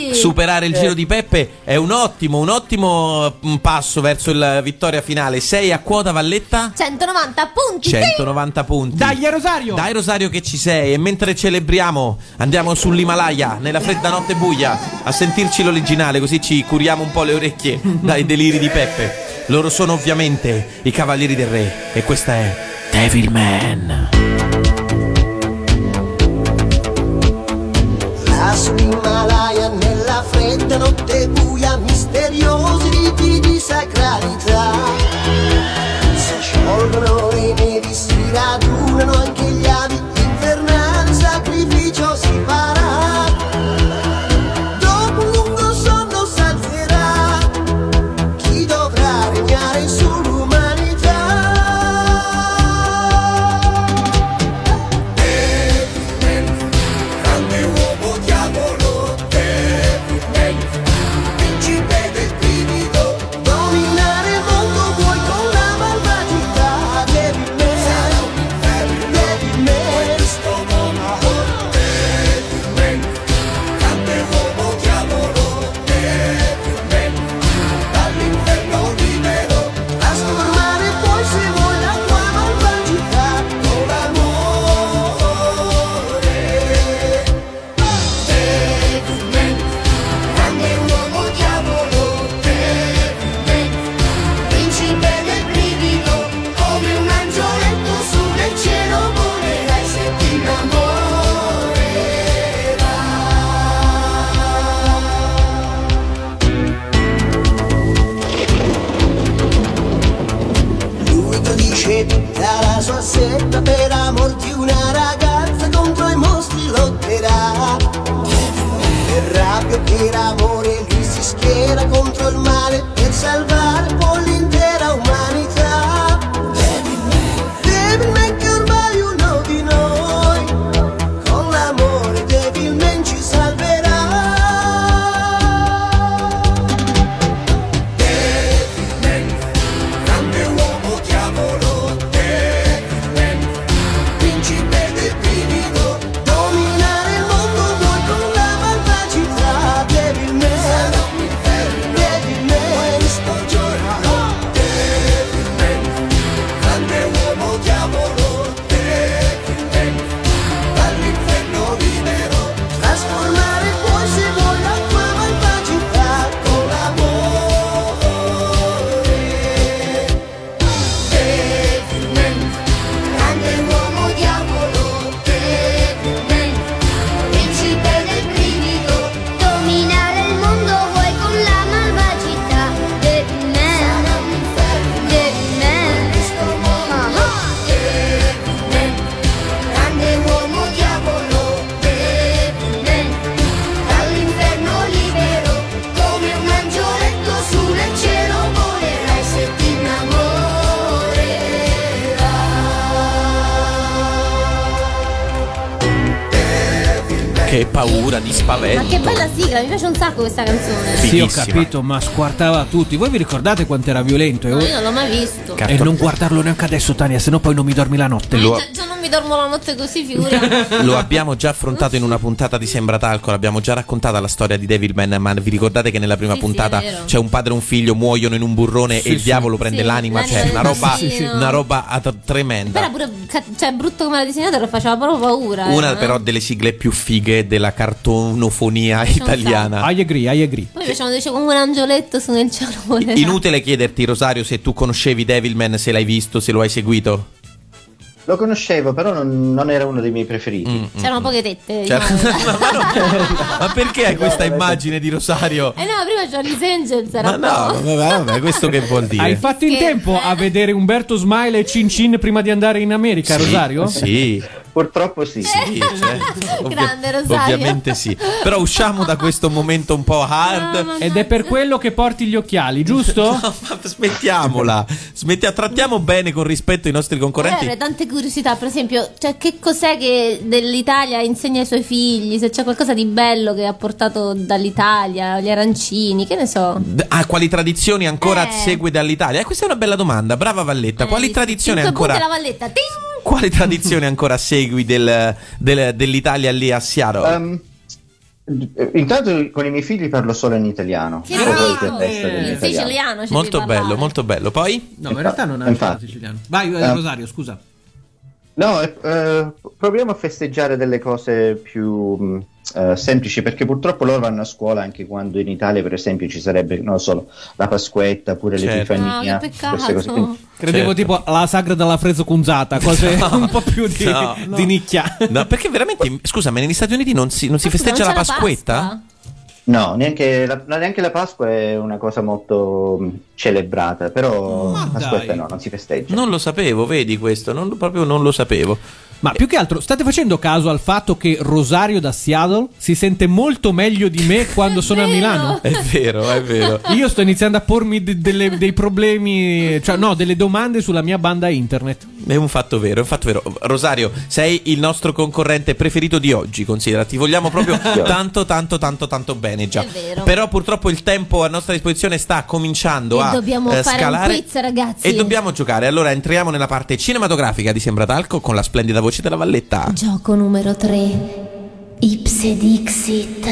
punti. Superare il giro di Peppe è un ottimo, un ottimo mm, passo verso la vittoria finale. Sei a quota Valletta? 190 punti. sì. 190 punti. Dai, eh, Rosario! Dai Rosario che ci sei e mentre celebriamo andiamo sull'Himalaya nella fredda notte buia a sentirci l'originale così ci curiamo un po' le orecchie dai deliri di Peppe. Loro sono ovviamente i Cavalieri del Re e questa è Devilman. La sull'Himalaya nella fredda notte buia misteriosi riti di sacralità si sciolgono le nevi si radunano anche gli avi infernali sacrificio si farà dopo un lungo sonno salverà chi dovrà regnare sull'umanità grande uomo diavolo Devilman, principe del brivido, dominare il mondo vuole. Pues Sceglierà la sua setta per amor di una ragazza contro i mostri lotterà. Per rabbia o per amore lui si schiera contro il male per salvare poi l'intera umanità. Devil Man che ormai è uno di noi, con l'amore Devil Man ci salverà. Grande uomo diavolo, Devilman, principe del brivido, dominare il mondo vuoi con la malvagità, Devilman, sarà un inferno, Devilman, questo giorno, Devilman, grande uomo diavolo, Devilman, dall'inferno libero, trasformare poi se vuoi la tua malvagità con l'amore. Devilman, grande uomo diavolo, Devilman, principe del brivido, Dominare il mondo vuoi con la malvagità Devilman Devilman Devilman, grande uomo diavolo, Devilman, dall'inferno libero, come un angioletto sul cielo volerai se ti Che paura di spavento. Ma che bella sigla, mi piace un sacco questa canzone. Sì, ho Fighissima. capito, ma squartava tutti. Voi vi ricordate quanto era violento? No, io E, non l'ho mai visto. e non guardarlo neanche adesso, Tania, sennò poi non mi dormi la notte. Già, già non mi dormo la notte così, figura. Lo abbiamo già affrontato in una puntata di Sembra Talco, l'abbiamo già raccontata la storia di Devilman, ma vi ricordate che nella prima Sì, sì, puntata è vero. c'è un padre e un figlio muoiono in un burrone e il diavolo prende Sì, l'anima, l'anima cioè del una roba, bambino. Sì, sì. una roba at- Però era tremenda. pure ca- cioè, brutto come l'ha disegnato, lo faceva proprio paura. Una eh. però delle sigle più fighe della cartonofonia italiana. I agree, I agree. Poi mi piacevano, dice come un angioletto su nel cielo. volerà. Inutile chiederti, Rosario, se tu conoscevi Devilman, se l'hai visto, se lo hai seguito. Lo conoscevo, però non, non era uno dei miei preferiti. C'erano poche tette. Certo. diciamo. Ma perché hai questa immagine di Rosario? Eh no, prima Charlie's Angels era Ma no, un po'. vabbè, vabbè, questo che vuol dire? Hai fatto in tempo a vedere Umberto Smile e Cin Cin prima di andare in America, Sì, Rosario? Sì. Purtroppo sì. Sì, certo. Grande, Rosario. Ovviamente sì. Però usciamo da questo momento un po' hard. Ed è per quello che porti gli occhiali, giusto? No, ma smettiamola. Smettia- trattiamo bene con rispetto i nostri Io concorrenti. avrei tante curiosità, per esempio, cioè, che cos'è che dell'Italia insegna ai suoi figli? Se c'è qualcosa di bello che ha portato dall'Italia, gli arancini, che ne so. D- Ah, quali tradizioni ancora Eh. segue dall'Italia? Eh, questa è una bella domanda, brava Valletta. Quali Eh, tradizioni cinque ancora punti alla valletta. Ting! Quali tradizioni ancora segui del- del- dell'Italia lì a Siaro? Ehm, eh, intanto con i miei figli parlo solo in italiano. Che Solo bello! il testo in Il italiano. siciliano ci molto devi parlare. bello, molto bello. Poi? No, ma in realtà non è un Infatti. siciliano. Vai, eh, Eh. Rosario, scusa. No, eh, eh, proviamo a festeggiare delle cose più mh, eh, semplici perché purtroppo loro vanno a scuola anche quando in Italia, per esempio, ci sarebbe, non lo so, la Pasquetta oppure Certo. l'Epifania. Ah, che peccato. queste cose. Quindi, Credevo Certo. tipo la sagra della frezzo cunzata, cose un po' più di, No. di nicchia. No, perché veramente, scusa, ma negli Stati Uniti non si, non si Ma scusa, festeggia non la c'è Pasquetta? no, neanche la, no, neanche la Pasqua è una cosa molto mh, celebrata, però Ma Pasquetta dai. no, non si Cioè. festeggia. Non lo sapevo, vedi questo, non, proprio non lo sapevo. Eh. Ma più che altro, state facendo caso al fatto che Rosario da Seattle si sente molto meglio di me quando sono a vero. Milano? È vero, è vero. Io sto iniziando a pormi de- delle- dei problemi, cioè no, delle domande sulla mia banda internet. È un fatto vero, è un fatto vero. Rosario, sei il nostro concorrente preferito di oggi, considera. Ti vogliamo proprio tanto, tanto, tanto, tanto bene già. È vero. Però purtroppo il tempo a nostra disposizione sta cominciando E a dobbiamo eh, fare un scalare. quiz, ragazzi. E dobbiamo giocare. Allora entriamo nella parte cinematografica di Sembratalco con la splendida voce della Valletta. Gioco numero 3 Ipse Dixit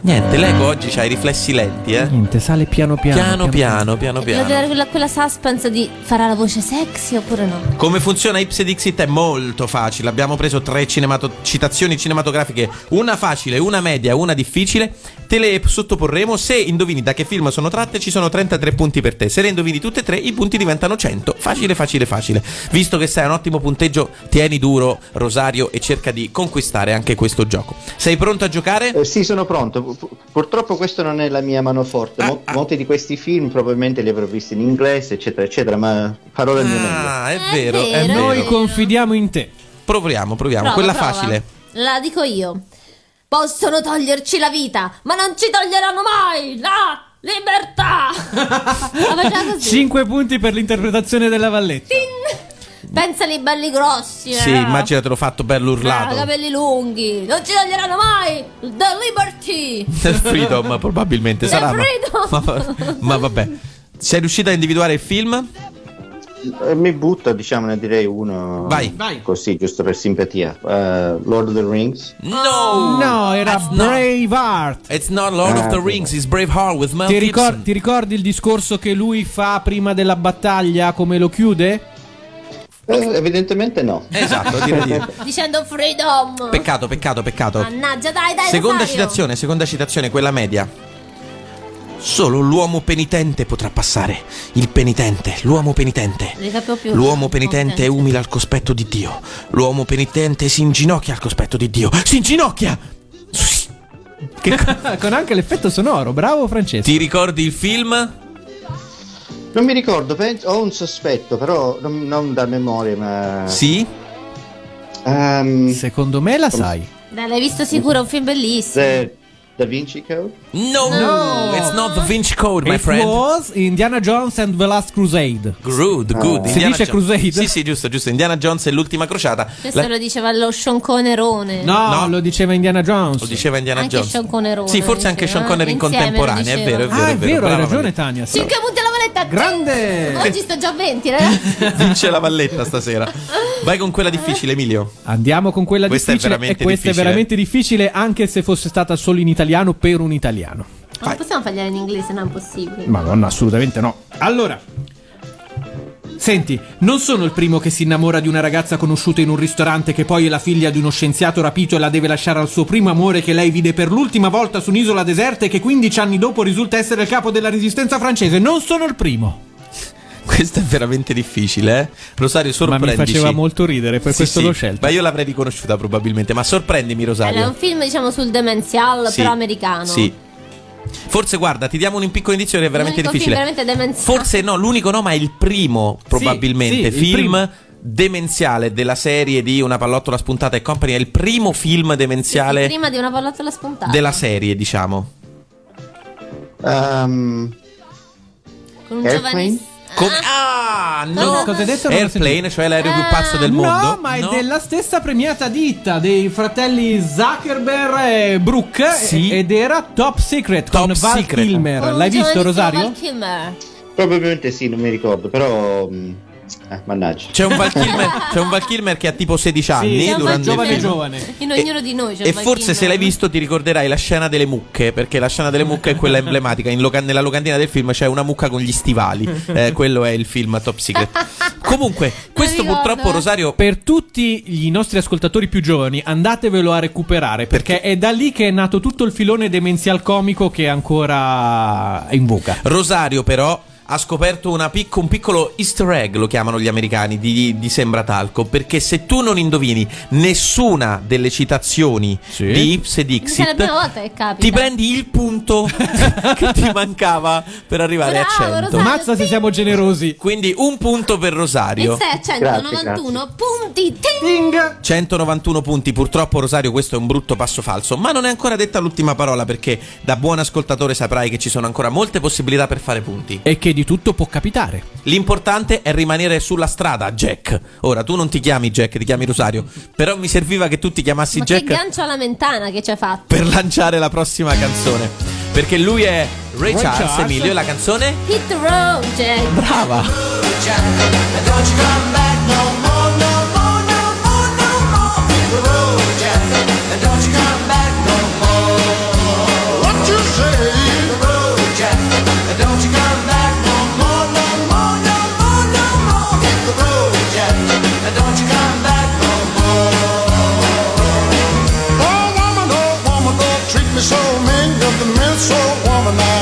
Niente, Lego oggi c'ha i riflessi lenti, eh. Niente, sale piano piano. Piano piano, piano La- piano. Quella, quella suspense di farà la voce sexy oppure no? Come funziona Ipsedixit è molto facile. Abbiamo preso tre cinemato- citazioni cinematografiche, una facile, una media, una difficile. Te Te le sottoporremo. Se indovini da che film sono tratte, ci sono 33 punti per te. Se le indovini tutte e tre, i punti diventano 100. Facile, facile, facile. Visto che sei a un ottimo punteggio, tieni duro, Rosario, e cerca di conquistare anche questo gioco. Sei pronto a giocare? Eh, sì, sono pronto. Pu- Purtroppo questa non è la mia mano forte. Mo- Ah, Molti di questi film probabilmente li avrò visti in inglese, eccetera, eccetera, ma parola al mio meglio. Eh, Ah, è vero, è vero. Noi confidiamo in te. Proviamo, proviamo. Prova, Quella prova. facile. La dico io. Possono toglierci la vita, ma non ci toglieranno mai la libertà. La facciamo così. 5 punti per l'interpretazione della Valletta. Pensa ai belli grossi. Sì, eh. immaginatelo fatto bello Ah, urlato. capelli lunghi. Non ci toglieranno mai the liberty. The Freedom probabilmente The sarà. ma- Freedom. Ma, ma vabbè. Sei riuscita a individuare il film? Eh, Mi butto, diciamo, ne direi uno. Vai. Così, giusto per simpatia. Eh, Lord of the Rings. No! No, era Braveheart. It's not Lord of the Rings, it's Braveheart with Mel Ti, Gibson. ricor- ti ricordi il discorso che lui fa prima della battaglia, come lo chiude? Eh, evidentemente no. Esatto, direi di- Dicendo freedom. Peccato, peccato, peccato. Mannaggia, dai, dai. Seconda Rosario. citazione, seconda citazione, quella media. Solo l'uomo penitente potrà passare. Il penitente, l'uomo penitente. Le sapevo più. L'uomo penitente è umile al cospetto di Dio. L'uomo penitente si inginocchia al cospetto di Dio. Si inginocchia! Con anche l'effetto sonoro, bravo Francesco. Ti ricordi il film? Non mi ricordo, penso- ho un sospetto, però non, non da memoria, ma. Sì? Ehm, Secondo me la sai. Dai, l'hai visto sicuro, è un film bellissimo. The Da Vinci Code? No, No. It's not the Vinci Code, my It friend. was Indiana Jones and the Last Crusade. Groot, good. Ah. Si Indiana dice Jones. Crusade? Sì, sì, giusto, giusto. Indiana Jones e l'ultima crociata. Questo La- lo diceva lo scionconerone. No, No. lo diceva Indiana Jones. Lo diceva Indiana Anche Jones. Sean Connery, Sì, forse anche diceva. Sean Connery in Insieme lo contemporanea, è diceva. vero, è vero. Ah, è vero, hai Brava, ragione Tania. 5 punti alla valetta. Grande. Oggi sto già a 20, Eh. ragazzi. Vince la valletta stasera. Vai con quella difficile, Emilio. Andiamo con quella Questa è difficile. veramente e questa difficile. è veramente difficile, anche se fosse stata solo in italiano per un italiano. Ma non possiamo fargliela in inglese, no, è impossibile. Ma non, assolutamente no. Allora. Senti, non sono il primo che si innamora di una ragazza conosciuta in un ristorante che poi è la figlia di uno scienziato rapito e la deve lasciare al suo primo amore che lei vide per l'ultima volta su un'isola deserta e che 15 anni dopo risulta essere il capo della resistenza francese. Non sono il primo. Questa è veramente difficile, eh? Rosario, sorprendici. molto ridere, per Sì, sì, Ma io l'avrei riconosciuta probabilmente, ma sorprendimi, Rosario. Allora, è un film, diciamo, sul demenzial, Sì, però americano. Sì. Forse guarda, ti diamo un piccolo indizio che è veramente L'unico difficile. Film veramente demenziale. Forse no, l'unico no, ma è il primo probabilmente sì, il film primo. demenziale della serie di Una pallottola spuntata e company, è il primo film demenziale Prima di una pallottola spuntata. della serie, diciamo. Ehm, Con un Airplane? giovanissimo. Come- ah, No, no. cosa hai detto? Non ho Airplane, cioè l'aereo più Ah. pazzo del mondo. No, ma è No. della stessa premiata ditta dei fratelli Zuckerberg e Brooke Sì. ed era Top Secret Top con Val Secret. Kilmer. Con un L'hai visto giovanissimo Rosario? Val Kilmer. probabilmente sì, non mi ricordo, però. mm, eh, mannaggia. C'è un, Val Kilmer, c'è un Val Kilmer che ha tipo 16 anni Sì, c'è un durante il giovane film. giovane. In ognuno di noi c'è e Val forse se Kilmer. l'hai visto ti ricorderai la scena delle mucche perché la scena delle mucche è quella emblematica In loca- nella locandina del film c'è una mucca con gli stivali Eh, quello è il film Top Secret comunque questo ricordo, purtroppo eh. Rosario Per tutti i nostri ascoltatori più giovani, andatevelo a recuperare perché è da lì che è nato tutto il filone demenzial comico che ancora è in voga. Rosario però ha scoperto una picco- un piccolo easter egg, lo chiamano gli americani, di, di Sembratalco, perché se tu non indovini nessuna delle citazioni Sì. di Ips e Questa è la Dixit, prima volta che capita. ti prendi il punto che ti mancava per arrivare Bravo, a 100. Rosario. Mazza se siamo generosi. Quindi un punto per E Rosario. sei a 191 punti. Ting! 191 punti, purtroppo Rosario questo è un brutto passo falso, ma non è ancora detta l'ultima parola perché da buon ascoltatore saprai che ci sono ancora molte possibilità per fare punti. E che di tutto può capitare. L'importante è rimanere sulla strada, Jack. Ora tu non ti chiami Jack, ti chiami Rosario. Però mi serviva che tu ti chiamassi Ma che Jack gancio alla mentana che ci hai fatto. per lanciare la prossima canzone. Perché lui è Ray, Ray Charles, Charles. Emilio, e la canzone? Hit the road, Jack. Brava! Oh, woman, oh, woman, oh, treat me so mean. Just a minute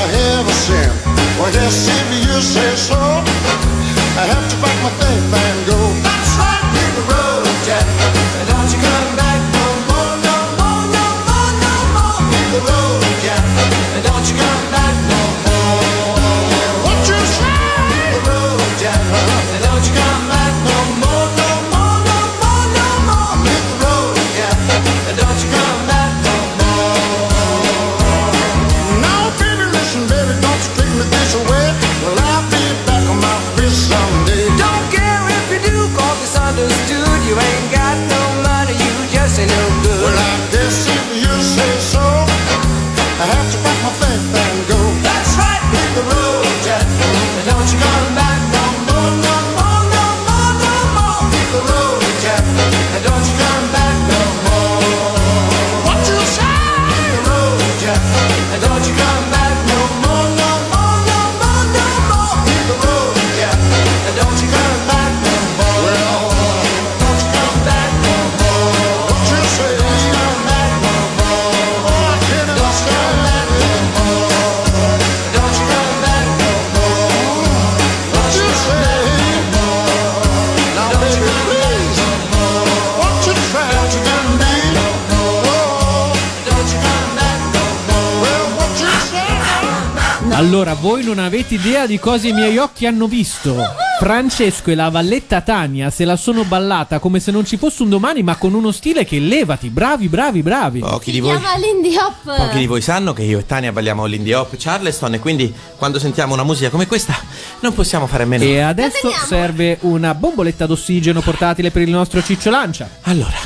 Allora, voi non avete idea di cosa i miei occhi hanno visto. Francesco e la valletta Tania se la sono ballata come se non ci fosse un domani, ma con uno stile che levati. Bravi, bravi, bravi. Pochi di voi. Chiama l'indie hop. Pochi di voi sanno che io e Tania balliamo l'indie hop Charleston e quindi quando sentiamo una musica come questa non possiamo fare a meno. E adesso serve una bomboletta d'ossigeno portatile per il nostro Ciccio Lancia. Allora,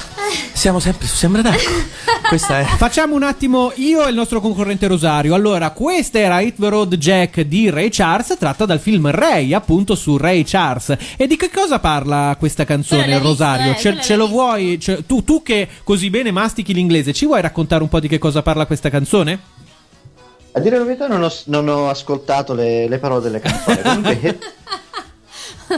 siamo sempre su Sembra d'acqua. Questa è. Facciamo un attimo io e il nostro concorrente Rosario. Allora, questa era Hit the Road Jack di Ray Charles, tratta dal film Ray, appunto su Ray Charles. E di che cosa parla questa Quella canzone, l'hai vista, Rosario? eh, ce, quella ce l'hai lo vuoi? ce- tu, tu che così bene mastichi l'inglese, ci vuoi raccontare un po' di che cosa parla questa canzone? A dire la verità non ho, non ho ascoltato le, le parole delle canzoni. Comunque, hit,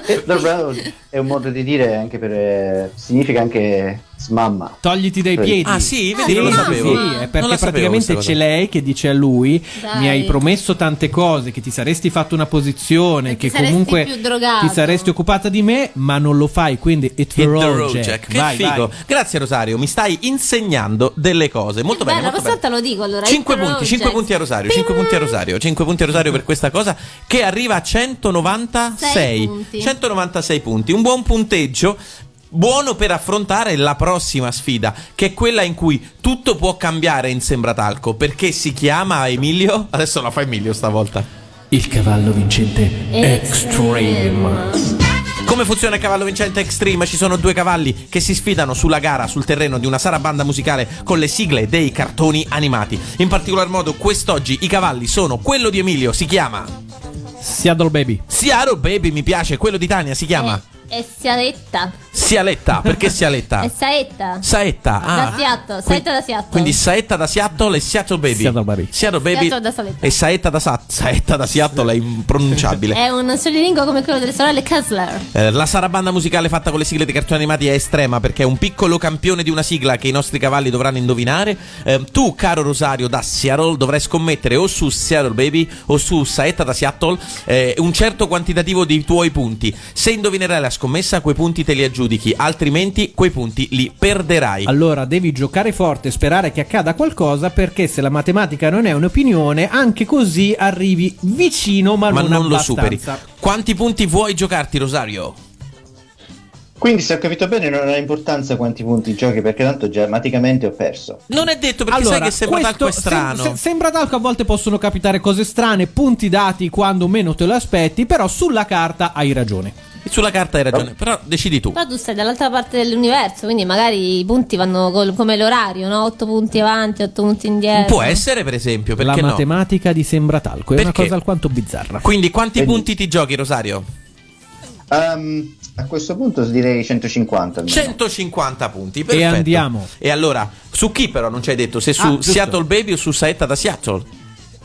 hit the road è un modo di dire anche per... significa anche smamma. Togliti dai Sì. piedi. Ah, sì? Vedi, non lo sì, sapevo. sì, Non è la perché sapevo questa praticamente cosa. c'è lei che dice a lui: Dai. Mi hai promesso tante cose, che ti saresti fatto una posizione, che saresti comunque più drogato." ti saresti occupata di me, ma non lo fai. Quindi it's Hit the road, road, Jack. Jack. Che Vai, figo. vai. Grazie Rosario, mi stai insegnando delle cose. Molto bene, Beh, la molto bene. prossima volta lo dico allora. cioè, 5 Hit the punti, road, 5 Jack. punti a Rosario, 5 punti a Rosario, 5 punti a Rosario per questa cosa che arriva a 196. Sei punti. 196 punti, un buon punteggio. Buono per affrontare la prossima sfida, che è quella in cui tutto può cambiare in Sembratalco, perché si chiama Emilio. Adesso la fa Emilio stavolta. Il cavallo vincente Extreme. Come funziona il cavallo vincente Extreme? Ci sono due cavalli che si sfidano sulla gara sul terreno di una sarabanda musicale con le sigle dei cartoni animati. In particolar modo, quest'oggi i cavalli sono quello di Emilio, si chiama Seattle Baby. Siaro Baby, mi piace, quello di Tania si chiama È Sialetta. Sialetta, perché Sialetta? È Saetta. Saetta, Eh Da ah. Siatto. Saetta da Siatto. Quindi Saetta da Seattle e Seattle Baby. Seattle Baby. Seattle Baby Seattle da Saletta. e Saetta da, Sa- Saetta da Seattle è impronunciabile. È un solilingo come quello delle sorelle Kessler. Eh, La sarabanda musicale fatta con le sigle dei cartoni animati è estrema perché è un piccolo campione di una sigla che i nostri cavalli dovranno indovinare. Eh, tu, caro Rosario da Seattle, dovrai scommettere o su Seattle Baby o su Saetta da Seattle eh, un certo quantitativo di tuoi punti. Se indovinerai la scommessa, quei punti te li aggiudichi, altrimenti quei punti li perderai. Allora devi giocare forte, sperare che accada qualcosa, perché se la matematica non è un'opinione, anche così arrivi vicino, ma, Ma non, lo abbastanza. superi. Quanti punti vuoi giocarti, Rosario? Quindi se ho capito bene non ha importanza quanti punti giochi perché tanto grammaticamente ho perso. Non è detto perché sai che sembra questo- talco è strano. sem- se- sembra talco, a volte possono capitare cose strane, punti dati quando meno te lo aspetti, però sulla carta hai ragione. Sulla carta hai ragione, però decidi tu. Però tu stai dall'altra parte dell'universo, quindi magari i punti vanno col- come l'orario, no? 8 punti avanti, 8 punti indietro. Può essere, per esempio, La perché no? matematica di sembra talco è una Perché? cosa alquanto bizzarra. Quindi quanti punti ti giochi, Rosario? Ehm, a questo punto direi 150. almeno. 150 punti, perfetto. andiamo. Ah, E allora, su chi però non ci hai detto? Se su giusto. Seattle Baby o su Saetta da Seattle?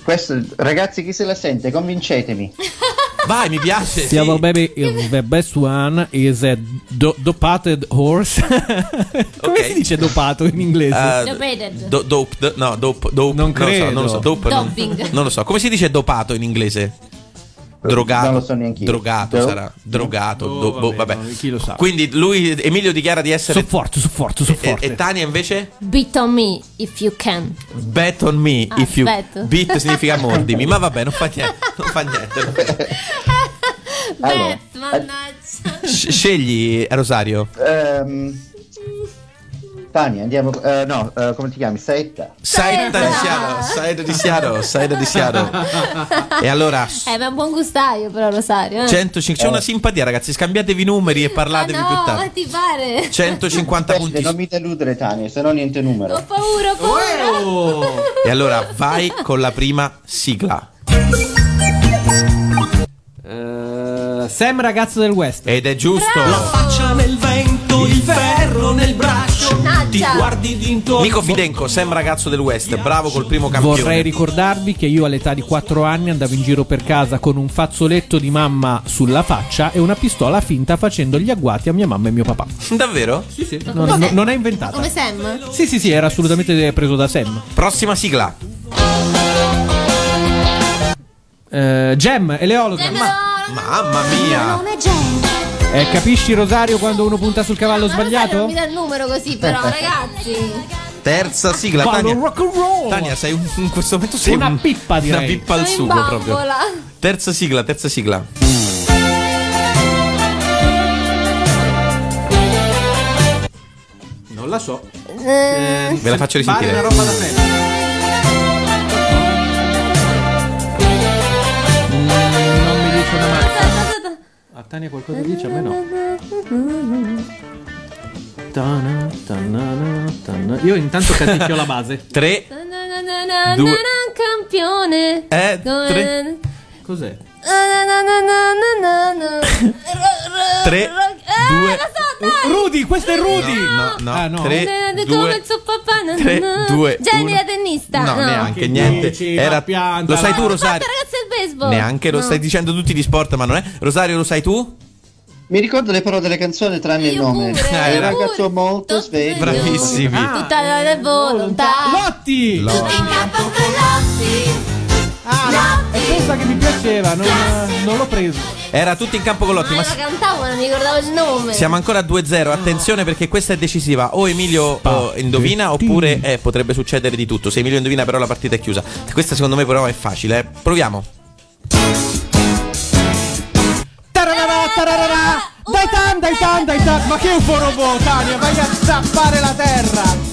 Questo, ragazzi chi se la sente convincetemi. Vai, mi piace. sì. Seattle Baby is eh, the best one is a do- dopated horse. Come Ok. si dice dopato in inglese? Eh, Dopated. do- doped, no, dope, dope, Non lo so, credo. non lo so, dope, non, Doping. non lo so. Come si dice dopato in inglese? Drogato, Non lo so neanch'io. drogato Dope. sarà drogato. Boh, do- vabbè, boh, vabbè. no, chi lo sa. Quindi lui, Emilio, dichiara di essere. Sofforte, sofforte, e, sofforte. e Tania invece? Beat on me if you can. Bet on me Ah, if you bet. beat significa mordimi, ma vabbè, non fa niente, non fa niente. Allora, Beh, mannaggia. Sc- Scegli Rosario. Ehm, Tania andiamo... eh, no, eh, come ti chiami? Saetta. Saida Saida. di Siaro, Saida di Siaro, Saida di Siaro. E allora Eh, ma è un buon gustaio però Rosario, eh. 105 c'è una simpatia ragazzi, scambiatevi i numeri e Ah parlatevi no, più ma tardi. ti pare? 150 Aspetta, punti. Non mi deludere Tania, se no niente numero. Ho paura, ho paura. E allora vai con la prima sigla. Eh, Sam ragazzo del West. Ed è giusto. Faccia nel vento, il ferro nel braccio. Ti Mannaggia. guardi dintorno. Nico Fidenco, Sam ragazzo del West, bravo col primo campione. Vorrei ricordarvi che io all'età di 4 anni andavo in giro per casa con un fazzoletto di mamma sulla faccia e una pistola finta facendo gli agguati a mia mamma e mio papà. Davvero? Non, non- non è inventata. Come Sam? Sì, sì, sì, era assolutamente preso da Sam. Prossima sigla. Eh, Gem, eleologa. Sam no, no, Mamma mia. Come Jack, Eh, capisci Rosario quando uno punta sul cavallo Ma Rosario non sbagliato? Eh. mi dà il numero così però, ragazzi. terza sigla. Ballo Tania, rock and roll. Tania, sei un- in questo momento sei Una un- pippa, direi. Una pippa al Sono in sugo proprio. bambola. Terza sigla, terza sigla. Non la so. Eh, Ve la faccio Pare risentire. una roba da me. Non mi dice una mazza. A Tania qualcosa dice, a me no. Tana, tanana, tana. Io intanto canticchio la base. 3 Na, na, na, na, Due. na, na, campione. Eh, Come- tre. Cos'è? Na, na, na, na, na, na, na. Ro- ro- Tre, ro- eh, due- la so, dai. Rudy, questo è Rudy! No, no, Ah, no. no. 3 Come 2 il suo papà, na, na, tre, na. due, Genio uno. tennista. No, neanche niente. dici, Era- ma pianta, lo sai dai. tu, Ho Rosario? fatto, ragazzi del baseball. Neanche lo No. stai dicendo tutti di sport, ma non è. Rosario, lo sai tu? Mi ricordo le parole delle canzoni tranne il Io nome. pure, Eh, È io un ragazzo pure. molto Tutto sveglio. Bravissimi. Ah. Tutta la volontà. Lotti! Tutto in campo con Lotti. Ah, no, è questa che mi piaceva, non, non l'ho preso. Era tutti in campo con l'ottima. Ma la cantavo, ma non mi ricordavo il nome. Eh. Siamo ancora a 2-0, attenzione perché questa è decisiva. O Emilio oh, indovina oppure eh, potrebbe succedere di tutto. Se Emilio indovina però la partita è chiusa. Questa secondo me però è facile. eh. Proviamo. Tararara, tararara. Dai tan, dai tan, dai tan. Ma che un robot, Tania, vai a zappare la terra.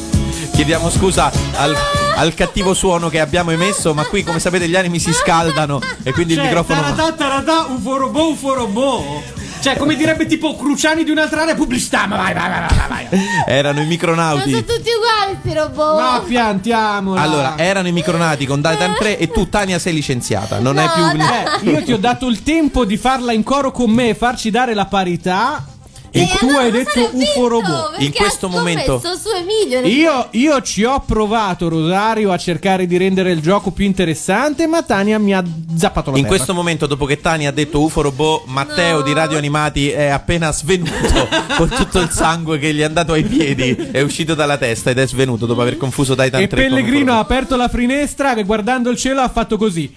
Chiediamo scusa al, al cattivo suono che abbiamo emesso, ma qui come sapete gli animi si scaldano e quindi Cioè, il microfono... Taratà, taratà, un forobò, un forobò. Cioè, come direbbe tipo Cruciani di un'altra area pubblicità, ma vai, vai, vai, vai, vai. Ma Erano i sono micronauti. tutti uguali questi robot. Ma piantiamola. Allora, erano i micronauti con Dai Time 3 e tu Tania sei licenziata. Non è No, più... Beh, Eh, io ti ho dato il tempo di farla in coro con me e farci dare la parità. E, tu allora hai non detto sarei vinto, UFO robot. perché In questo ha scommesso momento- su Emilio. Io, io ci ho provato, Rosario, a cercare di rendere il gioco più interessante, ma Tania mi ha zappato la In terra. questo momento, dopo che Tani ha detto UFO robot, Matteo No. di Radio Animati è appena svenuto con tutto il sangue che gli è andato ai piedi, è uscito dalla testa ed è svenuto dopo aver confuso Titan E 3 con Pellegrino ha UFO aperto la finestra che guardando il cielo ha fatto così.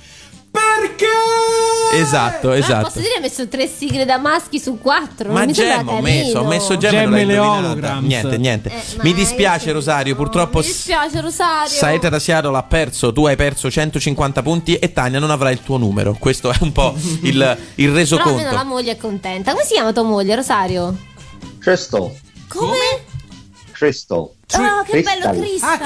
Perché? robot. Esatto, Ma esatto. Eh, posso dire, ha messo tre sigle da maschi su quattro. Ma mi sembra Gem ho carino. messo, ho messo Gem, Gem non l'ha e le indovinata. holograms. Niente, niente. Eh, ma mi io dispiace sono- Rosario, purtroppo Mi dispiace Rosario. Saeta da Seattle ha perso, tu hai perso 150 punti e Tania non avrà il tuo numero. Questo è un po' il, Però il almeno la resoconto. moglie è contenta. Come si chiama tua moglie, Rosario? Crystal. Come? Crystal. Oh, che Crystal. bello, Crystal. Ah,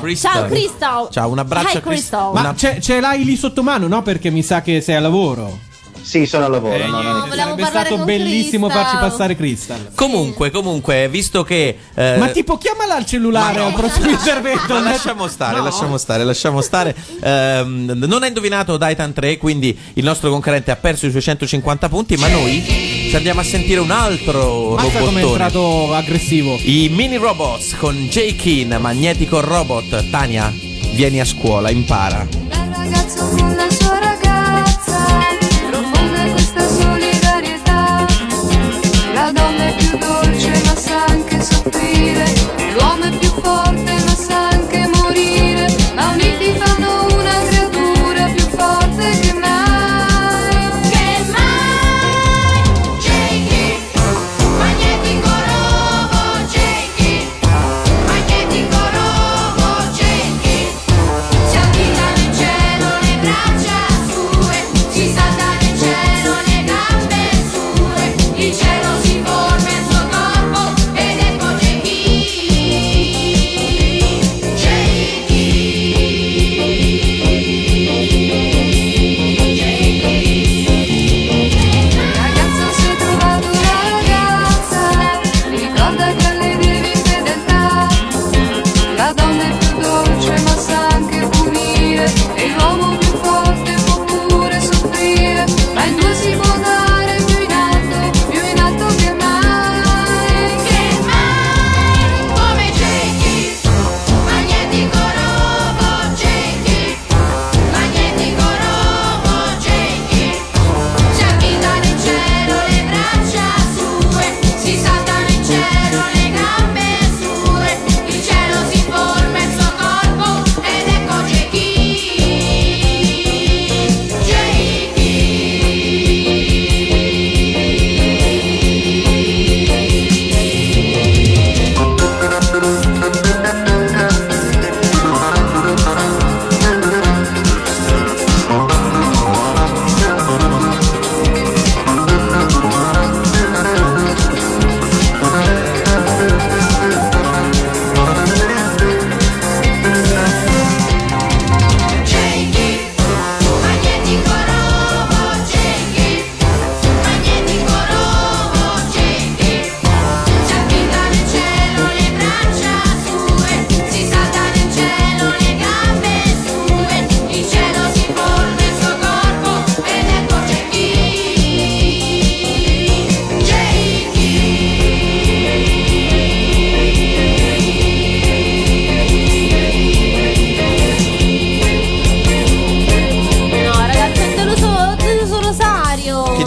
Crystal. Ciao, Crystal. Ciao, un abbraccio Hi, a Crystal. Crystal. Ma Una- ce, ce l'hai lì sotto mano, no? Perché mi sa che sei a lavoro. Sì, sono al Oh, Eh, lavoro. no, non è- Volevamo Sarebbe Eh, parlare stato con bellissimo Crystal. farci passare Crystal. Comunque, comunque, visto che. eh, Ma tipo chiamala al cellulare ma no. al prossimo intervento. ma lasciamo stare, lasciamo stare, lasciamo stare. Ehm, non ha indovinato Daitan 3, quindi il nostro concorrente ha perso i suoi 150 punti, ma noi ci andiamo a sentire un altro Basta come è robottone. entrato aggressivo. I mini robots con J. Keen, magnetico robot. Tania, vieni a scuola, impara. Dal ragazzo con la sua ragazza, profonda è questa solidarietà. La donna è più dolce ma sa anche soffrire, l'uomo è più forte ma sa anche morire, ma uniti fanno una creatura più forte che mai. Che mai, Jakey, magnetico robo, Jakey, magnetico robo, Jakey. Si agita nel cielo le braccia. ecco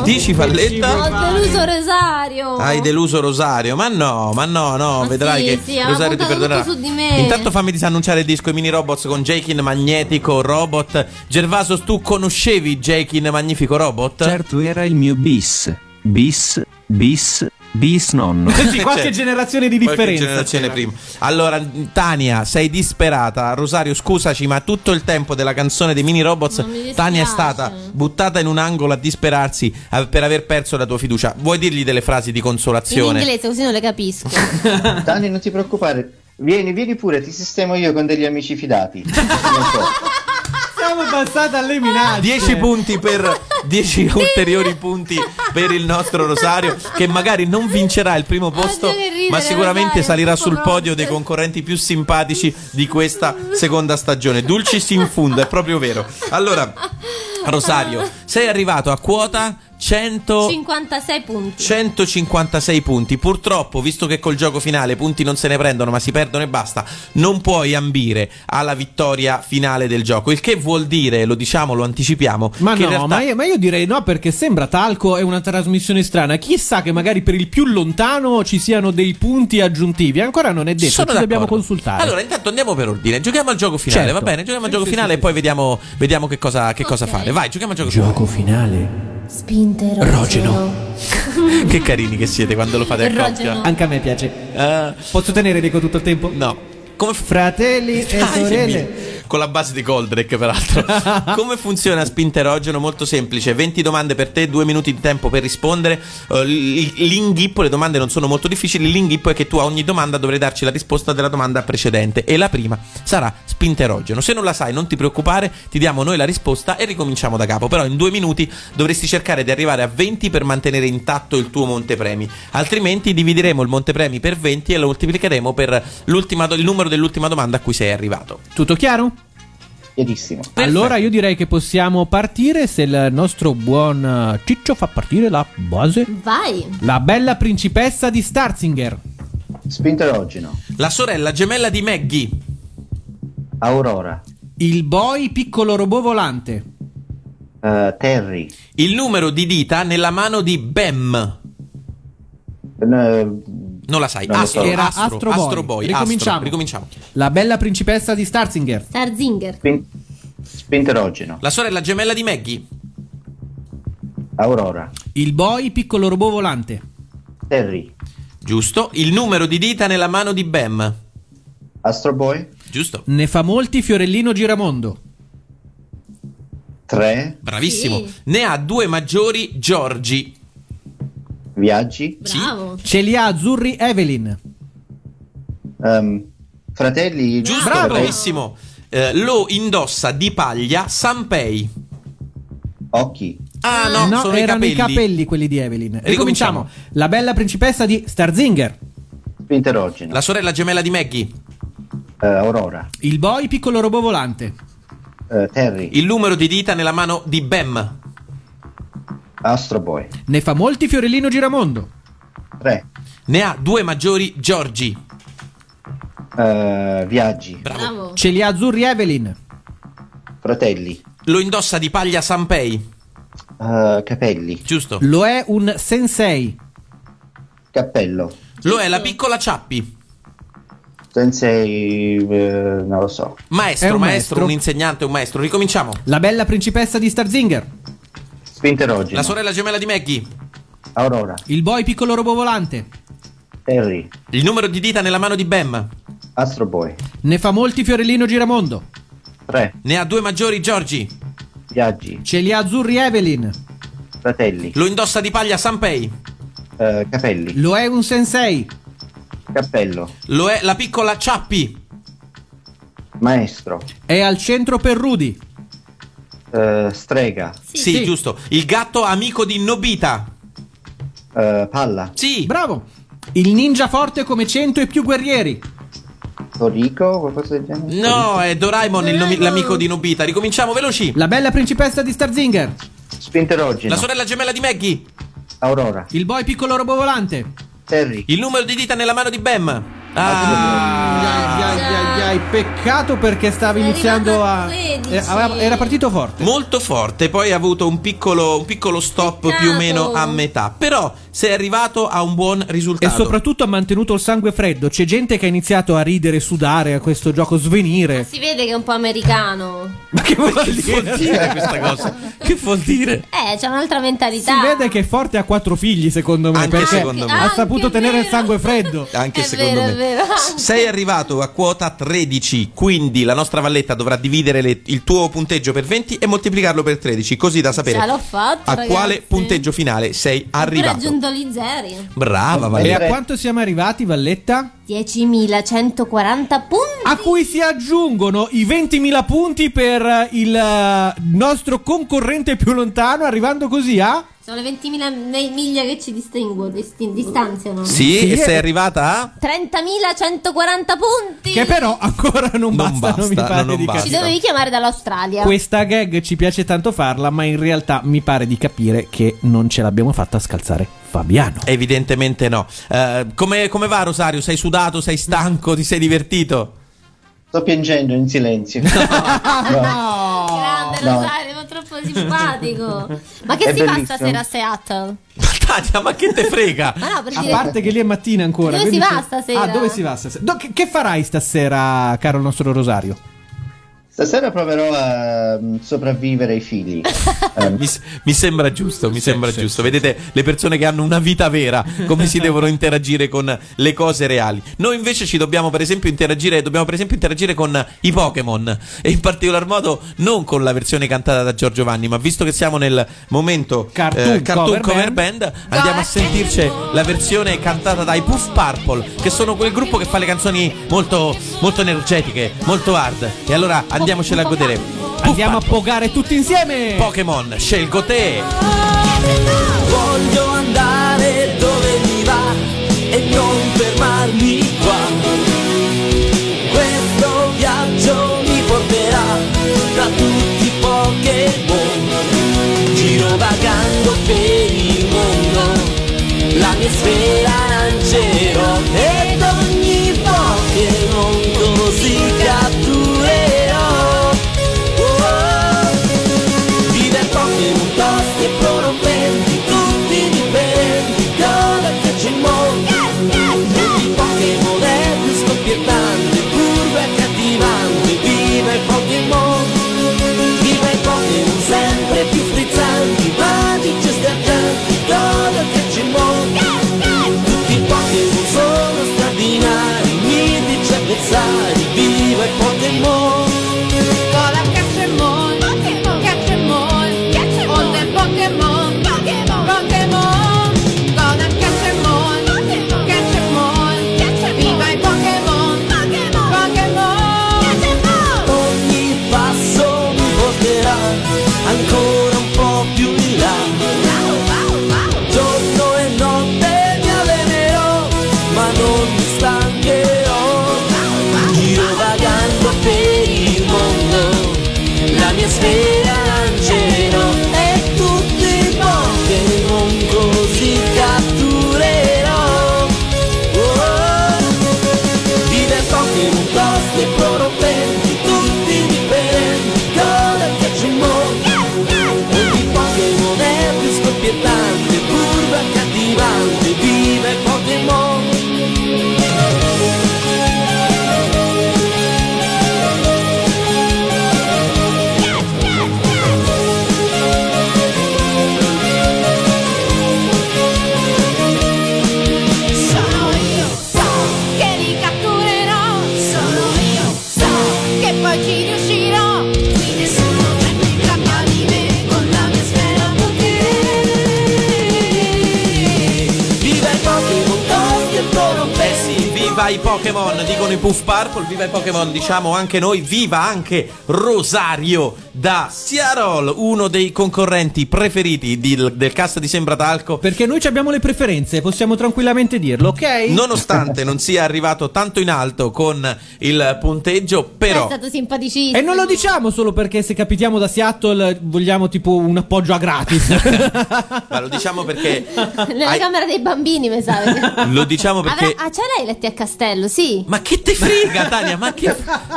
dici Valletta? Ho deluso Rosario. Hai deluso Rosario, ma no, ma no, no, vedrai Oh. sì, che sì, ha Rosario ti puntato perdonerà. tutto su di me. Intanto fammi disannunciare il disco I Mini Robots con Jakin Magnetico Robot. Gervaso, tu conoscevi Jakin Magnifico Robot? Certo era il mio bis. Bis, bis, bis nonno. Sì, qualche generazione di Cioè, Qualche differenza. generazione prima. Allora, Tania, sei disperata. Rosario, scusaci, ma tutto il tempo della canzone dei mini robots, Tania è stata buttata in un angolo a disperarsi eh, per aver perso la tua fiducia. Vuoi dirgli delle frasi di In consolazione? inglese così non le capisco. Dani, non ti preoccupare. Vieni, vieni pure, ti sistemo io con degli amici fidati. Non so. Siamo passati alle minacce. 10 punti per 10 ulteriori punti per il nostro Rosario che magari non vincerà il primo posto Oddio, che ridere, ma sicuramente Rosario, salirà troppo sul forte. podio dei concorrenti più simpatici di questa seconda stagione. Dulcis in fundo, è proprio vero. Allora, Rosario, sei arrivato a quota 100 56 punti. 156 punti. Purtroppo, visto che col gioco finale punti non se ne prendono, ma si perdono e basta, non puoi ambire alla vittoria finale del gioco. Il che vuol dire, lo diciamo, lo anticipiamo, Ma che no, in realtà ma, io, ma io direi no perché sembra talco è una trasmissione strana. Chissà che magari per il più lontano ci siano dei punti aggiuntivi. Ancora non è detto, Sono ci dobbiamo d'accordo. consultare. Allora, intanto andiamo per ordine. Giochiamo al gioco finale, Certo. va bene? Giochiamo al Sì, gioco sì, finale e poi vediamo, vediamo che, cosa, che cosa fare. Vai, giochiamo al gioco, Gioco finale. Spinte Rogeno. finale. che carini che siete quando lo fate a coppia. Anche a me piace. Eh, Posso tenere dico tutto il tempo? no. Come f- Fratelli e Ah, che sorelle. mi- Con la base di Goldrake, peraltro. Come funziona Spinterogeno? Molto semplice: 20 domande per te, 2 minuti di tempo per rispondere. Eh, l- L'inghippo, le domande non sono molto difficili. L'inghippo è che tu a ogni domanda dovrai darci la risposta della domanda precedente. E la prima sarà Spinterogeno. Se non la sai, non ti preoccupare, ti diamo noi la risposta e ricominciamo da capo. Però in 2 minuti dovresti cercare di arrivare a 20 per mantenere intatto il tuo montepremi. Altrimenti divideremo il montepremi per 20 e lo moltiplicheremo per l'ultima do- il numero dell'ultima domanda a cui sei arrivato. Tutto chiaro? Chiarissimo. Allora io direi che possiamo partire se il nostro buon eh, Ciccio fa partire la base. Vai. La bella principessa di Starzinger. Spinterogeno, La sorella gemella di Maggie, Aurora, Il boy piccolo robot volante. eh, Terry, il numero di dita nella mano di Bem. eh, Non la sai, Non lo Astro, so. Era Astro, Astro Boy. Ricominciamo. Astro, ricominciamo. La bella principessa di Starzinger. Starzinger. spin- Spinterogeno, La sorella gemella di Maggie, Aurora, Il boy piccolo robot volante. Terry, giusto? Il numero di dita nella mano di Bem, Astro Boy, giusto? Ne fa molti Fiorellino Giramondo. 3, Bravissimo. Sì. Ne ha due maggiori Giorgi. Viaggi, Sì. Bravo. Ce li ha azzurri Evelyn. ehm, Fratelli, Giusto, Bravo. bravissimo. Eh, lo indossa di paglia Sanpei. Occhi, Ah no, no, sono erano i capelli. quelli di Evelyn. Ricominciamo. Ricominciamo. La bella principessa di Starzinger. Spinterogeno, La sorella gemella di Maggie, eh, Aurora, Il boy piccolo robot volante. eh, Terry, il numero di dita nella mano di Bem. Astro Boy, Ne fa molti Fiorellino Giramondo. 3, Ne ha due maggiori Giorgi. eh, Viaggi, Bravo. Bravo. Ce li ha azzurri Evelyn. Fratelli, Lo indossa di paglia Sanpei, eh, Capelli, giusto? Lo è un sensei. Cappello, Lo è la piccola Ciappi. Sensei, eh, non lo so, Maestro, È maestro, un maestro. un insegnante, un maestro. Ricominciamo. La bella principessa di Starzinger. Spinterogeno, La sorella gemella di Maggie. Aurora, Il boy piccolo robot volante. Terry, Il numero di dita nella mano di Bem. Astro Boy, Ne fa molti Fiorellino Giramondo. 3, Ne ha due maggiori Giorgi. Viaggi, Ce li ha azzurri Evelyn. Fratelli, Lo indossa di paglia Sanpei. eh, Capelli, Lo è un sensei. Cappello, Lo è la piccola Ciappi. Maestro, È al centro per Rudy. eh, Strega, Sì, sì. giusto. Il gatto amico di Nobita. eh, Palla, Sì. Bravo. Il ninja forte come 100 e più guerrieri. Torico, qualcosa del genere? no, è Doraemon, il nomi- Doraemon. l'amico di Nobita. Ricominciamo veloci. La bella principessa di Starzinger. Spinterogeno, La sorella gemella di Maggie. Aurora, Il boy piccolo robot volante. Terry, Il numero di dita nella mano di Bem. Ah. Già, ai, ai, peccato perché stava È iniziando a. arrivato al 13. eh, aveva- Era partito forte. Molto forte, poi ha avuto un piccolo, un piccolo stop più o meno a metà. Però se è arrivato a un buon E risultato. soprattutto ha mantenuto il sangue freddo. C'è gente che ha iniziato a ridere, sudare a questo gioco svenire. Si vede che è un po' americano. Ma che vuol dire? dire questa cosa? Che vuol dire? Eh, c'è un'altra mentalità. Si vede che è forte ha quattro figli, secondo me. Anche perché secondo me. ha saputo tenere il sangue freddo. Anche È secondo vero, è me. vero. Sei arrivato a quota 13, quindi la nostra valletta dovrà dividere le- il tuo punteggio per 20 e moltiplicarlo per 13, così da sapere Ce l'ho fatta. a ragazzi. quale punteggio finale sei Ho arrivato. raggiunto gli zeri. Brava E a Valletta. quanto siamo arrivati, Valletta? 10.140 punti. Ah. A cui si aggiungono i 20.000 punti per eh, il eh, nostro concorrente più lontano, arrivando così a. Sono le 20.000 ne- miglia che ci distinguono, distin- distanziano. Sì, Sì, e sei eh. arrivata a... 30.140 punti. Che però ancora Non non, bastano, mi basta, pare non di basta. Ci capire. dovevi chiamare dall'Australia. Questa gag ci piace tanto farla, ma in realtà mi pare di capire che non ce l'abbiamo fatta a scalzare Fabiano. Evidentemente no. Eh, come, come va Rosario? Sei sudato? Sei stanco? Ti sei divertito? Sto piangendo in silenzio. Grande No. Rosario, ma troppo simpatico. Ma che È si bellissimo. fa stasera a Seattle? Tania, ma che te frega? Ma no, per A dire parte che lì è mattina ancora. Dove si quindi va se- stasera? Ah, dove si va stasera? Do- che, che farai stasera, caro nostro Rosario? Stasera proverò a mm, sopravvivere ai figli. Eh, Mi, s- mi sembra giusto, mi sembra giusto. Vedete le persone che hanno una vita vera, come si devono interagire con le cose reali. Noi invece ci dobbiamo, per esempio, interagire, dobbiamo per esempio interagire con i Pokémon. E in particolar modo non con la versione cantata da Giorgio Vanni, ma visto che siamo nel momento eh, Cartoon cartoon cover cover band, andiamo a sentirci la versione cantata dai Puff Purple, che sono quel gruppo che fa le canzoni molto, molto energetiche, molto hard. E allora andiamocela a godere. Puff Andiamo a Purple, pogare tutti insieme. Pokémon, scelgo te. Voglio andare dove mi va e non fermarmi qua. Questo viaggio mi porterà tra tutti i Pokémon. Giro vagando per il mondo, la mia sfera lancerò ed ogni Pokémon così catturerò. Oh, oh. Vive il Pokémon tosti e promoventi Tutti dipendenti Cosa che c'è in mondo Tutti i Pokémon è più scoppiettante Curva e cattivante Vive il Pokémon Vive il Pokémon sempre più frizzanti Magici e sgargianti Cosa che c'è in mondo Tutti i Pokémon sono straordinari Mitici avversari Viva il Pokémon Cola Pokémon, Pokémon, Pokémon, Pokémon, Pokémon, Pokémon, Pokémon, Cola Pokémon, Pokémon, Pokémon, Viva i Pokémon, Pokémon, Pokémon, Ogni passo mi porterà ancora un po' più in là Giorno e notte mi allenerò ma non mi stancherò Giro vagando per il mondo la mia sfera lancerò E tutti i Pokémon così catturerò oh. Vive il Pokémon tosti e prorompenti Tutti differenti Cosa che c'è in mondo Ogni Pokémon è più scoppiettante Curva e cattivante Vive il Pokémon Sono io, so che li catturerò, sono io, so che poi ci riuscirò, qui nessuno prende in gamba di me con la mia sfera potere. Viva i Pokémon tosti e prorompenti Sì, viva i Pokémon, dicono i Puff Purple, viva i Pokémon, diciamo anche noi, viva anche Rosario da Siarol, uno dei concorrenti preferiti di- del cast di Sembra Talco. Perché noi ci abbiamo le preferenze, possiamo tranquillamente dirlo, ok? Nonostante non sia arrivato tanto in alto con il punteggio, però È stato simpaticissimo. E non lo diciamo solo perché se capitiamo da Seattle vogliamo tipo un appoggio a gratis. ma lo diciamo perché Nella Hai- camera dei bambini, mi sa. perché- lo diciamo perché Avrà- Ah, ce l'hai i letti a castello, sì. Ma che te frega, Tania? Ma che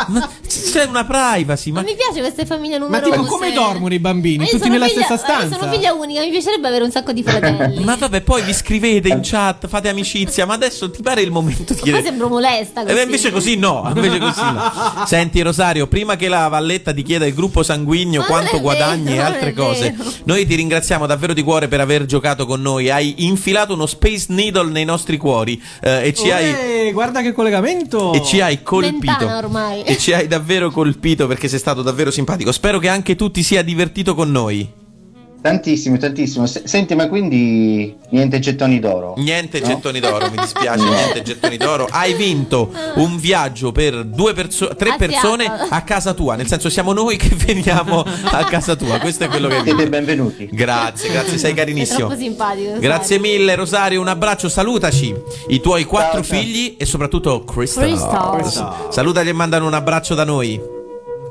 ma c'è una privacy, ma mi piace queste famiglie Ma numerose. tipo come dormono i Ma bambini? io Tutti sono nella figlia- stessa ma io stanza? Sono figlia unica, mi piacerebbe avere un sacco di fratelli. Ma vabbè, poi vi scrivete in chat, fate amicizia, ma adesso ti pare il momento di Poi chiedere. sembro molesta. E Così. Eh, beh, invece così no, invece così no. Senti Rosario, prima che la Valletta ti chieda il gruppo sanguigno Ma quanto non è guadagni vero, e non è altre cose, vero. noi ti ringraziamo davvero di cuore per aver giocato con noi, hai infilato uno Space Needle nei nostri cuori eh, e ci hai Eh, Eh, guarda che collegamento! e ci hai Ventana colpito. ormai. E ci hai davvero colpito perché sei stato davvero simpatico. Spero che anche tu ti sia divertito con noi. Tantissimo, tantissimo. Se- senti, ma quindi niente gettoni d'oro? Niente No. gettoni d'oro, mi dispiace, niente gettoni d'oro. Hai vinto un viaggio per due perso- tre A persone Seattle. a casa tua, nel senso siamo noi che veniamo a casa tua. Questo è quello che hai vinto. Siete benvenuti. Grazie, grazie, sei È carinissimo. troppo simpatico. Grazie mille Rosario, un abbraccio, salutaci i tuoi quattro figli e soprattutto Crystal. Crystal. Salutali e mandano un abbraccio da noi.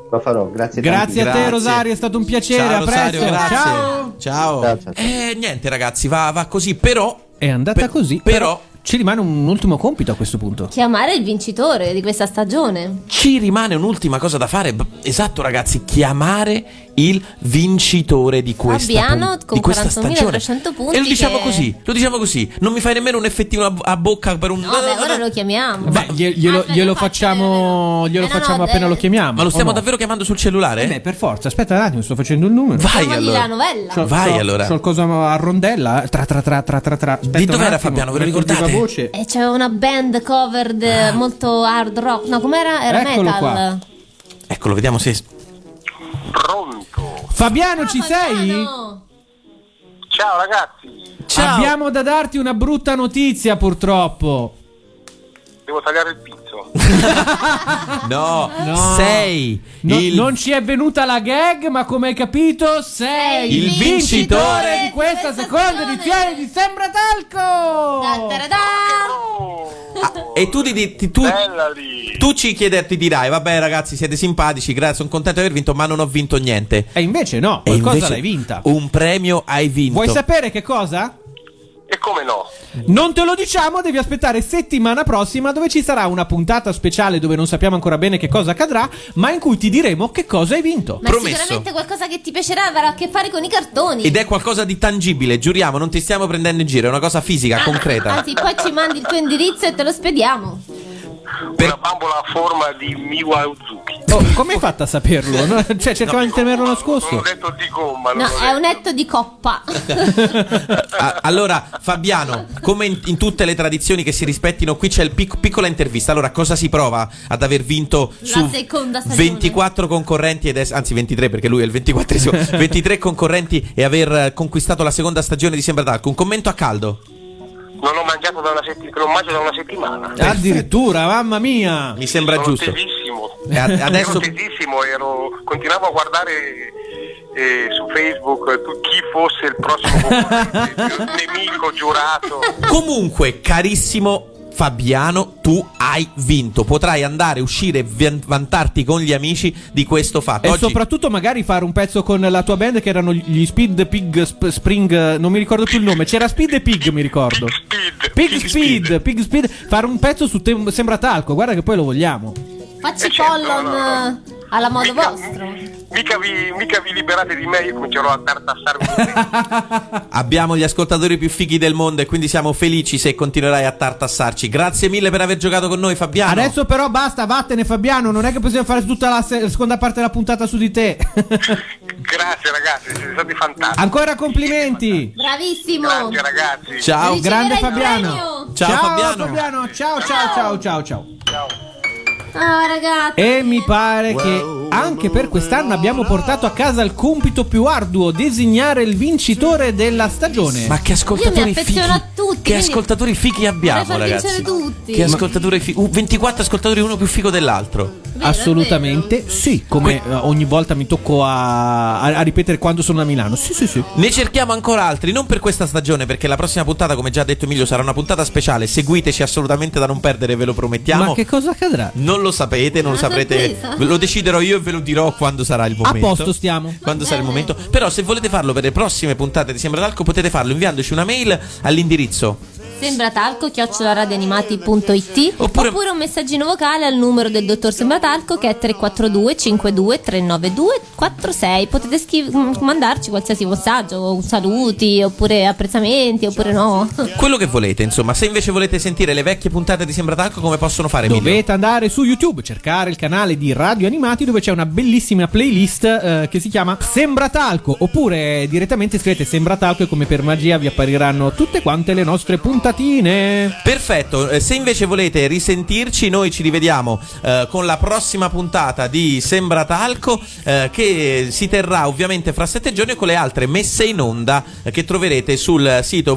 Lo farò, grazie. Grazie a te Grazie. Rosario, è stato un piacere, Ciao a Rosario, presto. grazie. Ciao. Ciao. Eh, niente ragazzi, va, va così, però... È andata così, però ci rimane un ultimo compito a questo punto. Chiamare il vincitore di questa stagione. Ci rimane un'ultima cosa da fare, b- esatto ragazzi, chiamare il vincitore di questa, Fabiano pun- con di questa stagione. 41.300 punti. E lo diciamo che- così, lo diciamo così, non mi fai nemmeno un effettino a, a bocca per un... No, beh, ora lo chiamiamo. Beh, glie- glielo, glielo facciamo, glielo Eh, no, facciamo no, appena eh. lo chiamiamo. Ma lo stiamo Ah, o no? davvero chiamando sul cellulare? Eh beh, per forza, aspetta un attimo, sto facendo il numero. Vai Chiamagli allora. la novella. C'ho- Vai c'ho- allora. C'ho il coso a rondella. eh, Tra tra tra tra tra tra. Aspetta Di un dov'era attimo, Fabiano, ve lo metto il ricordate? vivavoce. E c'era una band covered eh, molto hard rock. No, com'era? Era Ah. Eccolo metal. qua. Eccolo, Ecco, vediamo se... Fabiano, ci sei? Ciao ragazzi, Abbiamo da darti una brutta notizia, purtroppo. devo tagliare il pizzo. No, No. sei No- il... Non ci è venuta la gag, ma come hai capito, sei Il vincitore di questa seconda edizione di Sembra Talco. Oh. Ah, E tu, ti, ti- tu, Eh. tu ci chiederti dirai, vabbè ragazzi siete simpatici, grazie, sono contento di aver vinto, ma non ho vinto niente. E invece no, qualcosa l'hai vinta. Un premio hai vinto. Vuoi sapere che cosa? E come no? Non te lo diciamo, devi aspettare settimana prossima dove ci sarà una puntata speciale dove non sappiamo ancora bene che cosa accadrà, ma in cui ti diremo che cosa hai vinto. Ma sicuramente qualcosa che ti piacerà avrà a che fare con i cartoni. Ed è qualcosa di tangibile, giuriamo, non ti stiamo prendendo in giro, è una cosa Ah, fisica, concreta. Anzi, poi ci mandi il tuo indirizzo e te lo spediamo. Una bambola a forma di Miwa Uzuki. Oh, come hai fatto a saperlo? No, cioè, cercavamo di tenerlo nascosto. Detto di gomma. No, è un etto di coppa. Ah, allora, Fabiano, come in, in tutte le tradizioni che si rispettino, qui c'è il pic- piccola intervista. Allora, cosa si prova ad aver vinto La su seconda stagione. 24 concorrenti ed es- anzi 23 perché lui è il 24esimo, 23 concorrenti e aver eh, conquistato la seconda stagione di Sembra Talco. Un commento a caldo. Non ho mangiato da una settimana, non mangio da una settimana. Addirittura, mamma mia! Mi sembra Sono giusto. tesissimo. E a- Eh, Ero adesso- tesissimo, ero... continuavo a guardare eh, su Facebook tu- chi fosse il prossimo concorrente, il nemico giurato. Comunque, carissimo Fabiano, tu hai vinto. Potrai andare, uscire e van- vantarti con gli amici di questo fatto. E Oggi- soprattutto magari fare un pezzo con la tua band che erano gli Speed Pig Sp- Spring, eh, non mi ricordo più il nome, c'era Speed e Pig mi ricordo. Pig, Speed, Pig Speed, fare un pezzo su Tem- Sembra Talco, guarda che poi lo vogliamo. Facci collon eh, alla modo vostro. Mica vi, mica vi liberate di me, io comincerò a tartassarmi. Abbiamo gli ascoltatori più fighi del mondo e quindi siamo felici se continuerai a tartassarci. Grazie mille per aver giocato con noi, Fabiano. Adesso però basta, vattene Fabiano, non è che possiamo fare tutta la se- seconda parte della puntata su di te. Grazie ragazzi, siete stati fantastici. Ancora complimenti. Bravissimo. Grazie ragazzi. Ciao, grande Fabiano. premio. Ciao, Ciao, Fabiano. Fabiano. Ciao, ciao, ciao, ciao, ciao. Oh, ragazzi. E mi pare che anche per quest'anno abbiamo portato a casa il compito più arduo, designare il vincitore della stagione. Ma che Io mi ascoltatori fighi. affeziono a tutti. Che quindi ascoltatori fighi abbiamo, vorrei far ragazzi. vincere tutti. uh, Che ascoltatori fighi. 24 ascoltatori, uno più figo dell'altro. Assolutamente sì, come eh, ogni volta mi tocco a, a- a ripetere quando sono a Milano. Sì, sì, sì. Ne cerchiamo ancora altri, non per questa stagione, perché la prossima puntata, come già ha detto Emilio, sarà una puntata speciale. Seguiteci assolutamente da non perdere, ve lo promettiamo. Ma che cosa accadrà? Non lo sapete, non lo saprete. sorpresa. ve Lo deciderò io e ve lo dirò quando sarà il A momento. posto stiamo. Quando sarà il momento. Però, se volete farlo per le prossime puntate di Sembra d'Alco, potete farlo inviandoci una mail all'indirizzo. Sembra talco chiocciolaradioanimati.it oppure, un messaggino vocale al numero del dottor Sembratalco che è 342 52 392 46. Potete schi- m- mandarci qualsiasi messaggio, o saluti oppure apprezzamenti oppure no. Quello che volete, insomma. Se invece volete sentire le vecchie puntate di Sembra d'Alco, come possono fare Emilio? Dovete andare su YouTube, cercare il canale di Radio Animati dove c'è una bellissima playlist eh, che si chiama Sembra Talco oppure eh, direttamente scrivete Sembra Talco e come per magia vi appariranno tutte quante le nostre puntatine. Perfetto, eh, se invece volete risentirci, noi ci rivediamo eh, con la prossima puntata di Sembra Talco, eh, che si terrà ovviamente fra sette giorni e con le altre messe in onda eh, che troverete sul sito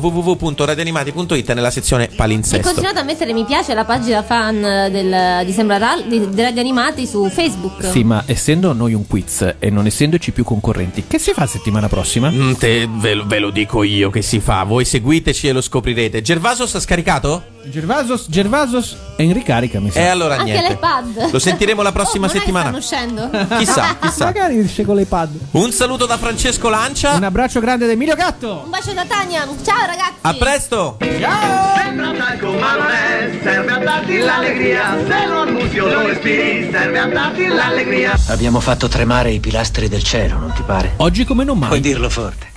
www.radioanimati.it nella sezione E palinsesto. continuate a mettere mi piace alla pagina fan eh, del, di Sembra Tal- di, di Radio Animati su Facebook. Sì, ma essendo noi un quiz e non essendoci più concorrenti, che si fa settimana prossima? Mm, te- ve, lo, ve lo dico io che si fa, voi seguiteci e lo scoprirete. Gervasos ha scaricato? Gervasos, Gervasos Eh, è in ricarica, mi sa. E allora Anche niente. l'iPad. Lo sentiremo la prossima Oh, non è che settimana. Stanno uscendo. Chissà, chissà. Magari esce con l'iPad. Un saluto da Francesco Lancia. Un abbraccio grande da Emilio Gatto. Un bacio da Tania. Ciao ragazzi. A presto. Sembra talco ma non è, serve a darti l'allegria, se lo annusi o lo respiri, serve a darti l'allegria. Abbiamo fatto tremare i pilastri del cielo, non ti pare? Oggi come non mai. Puoi dirlo forte.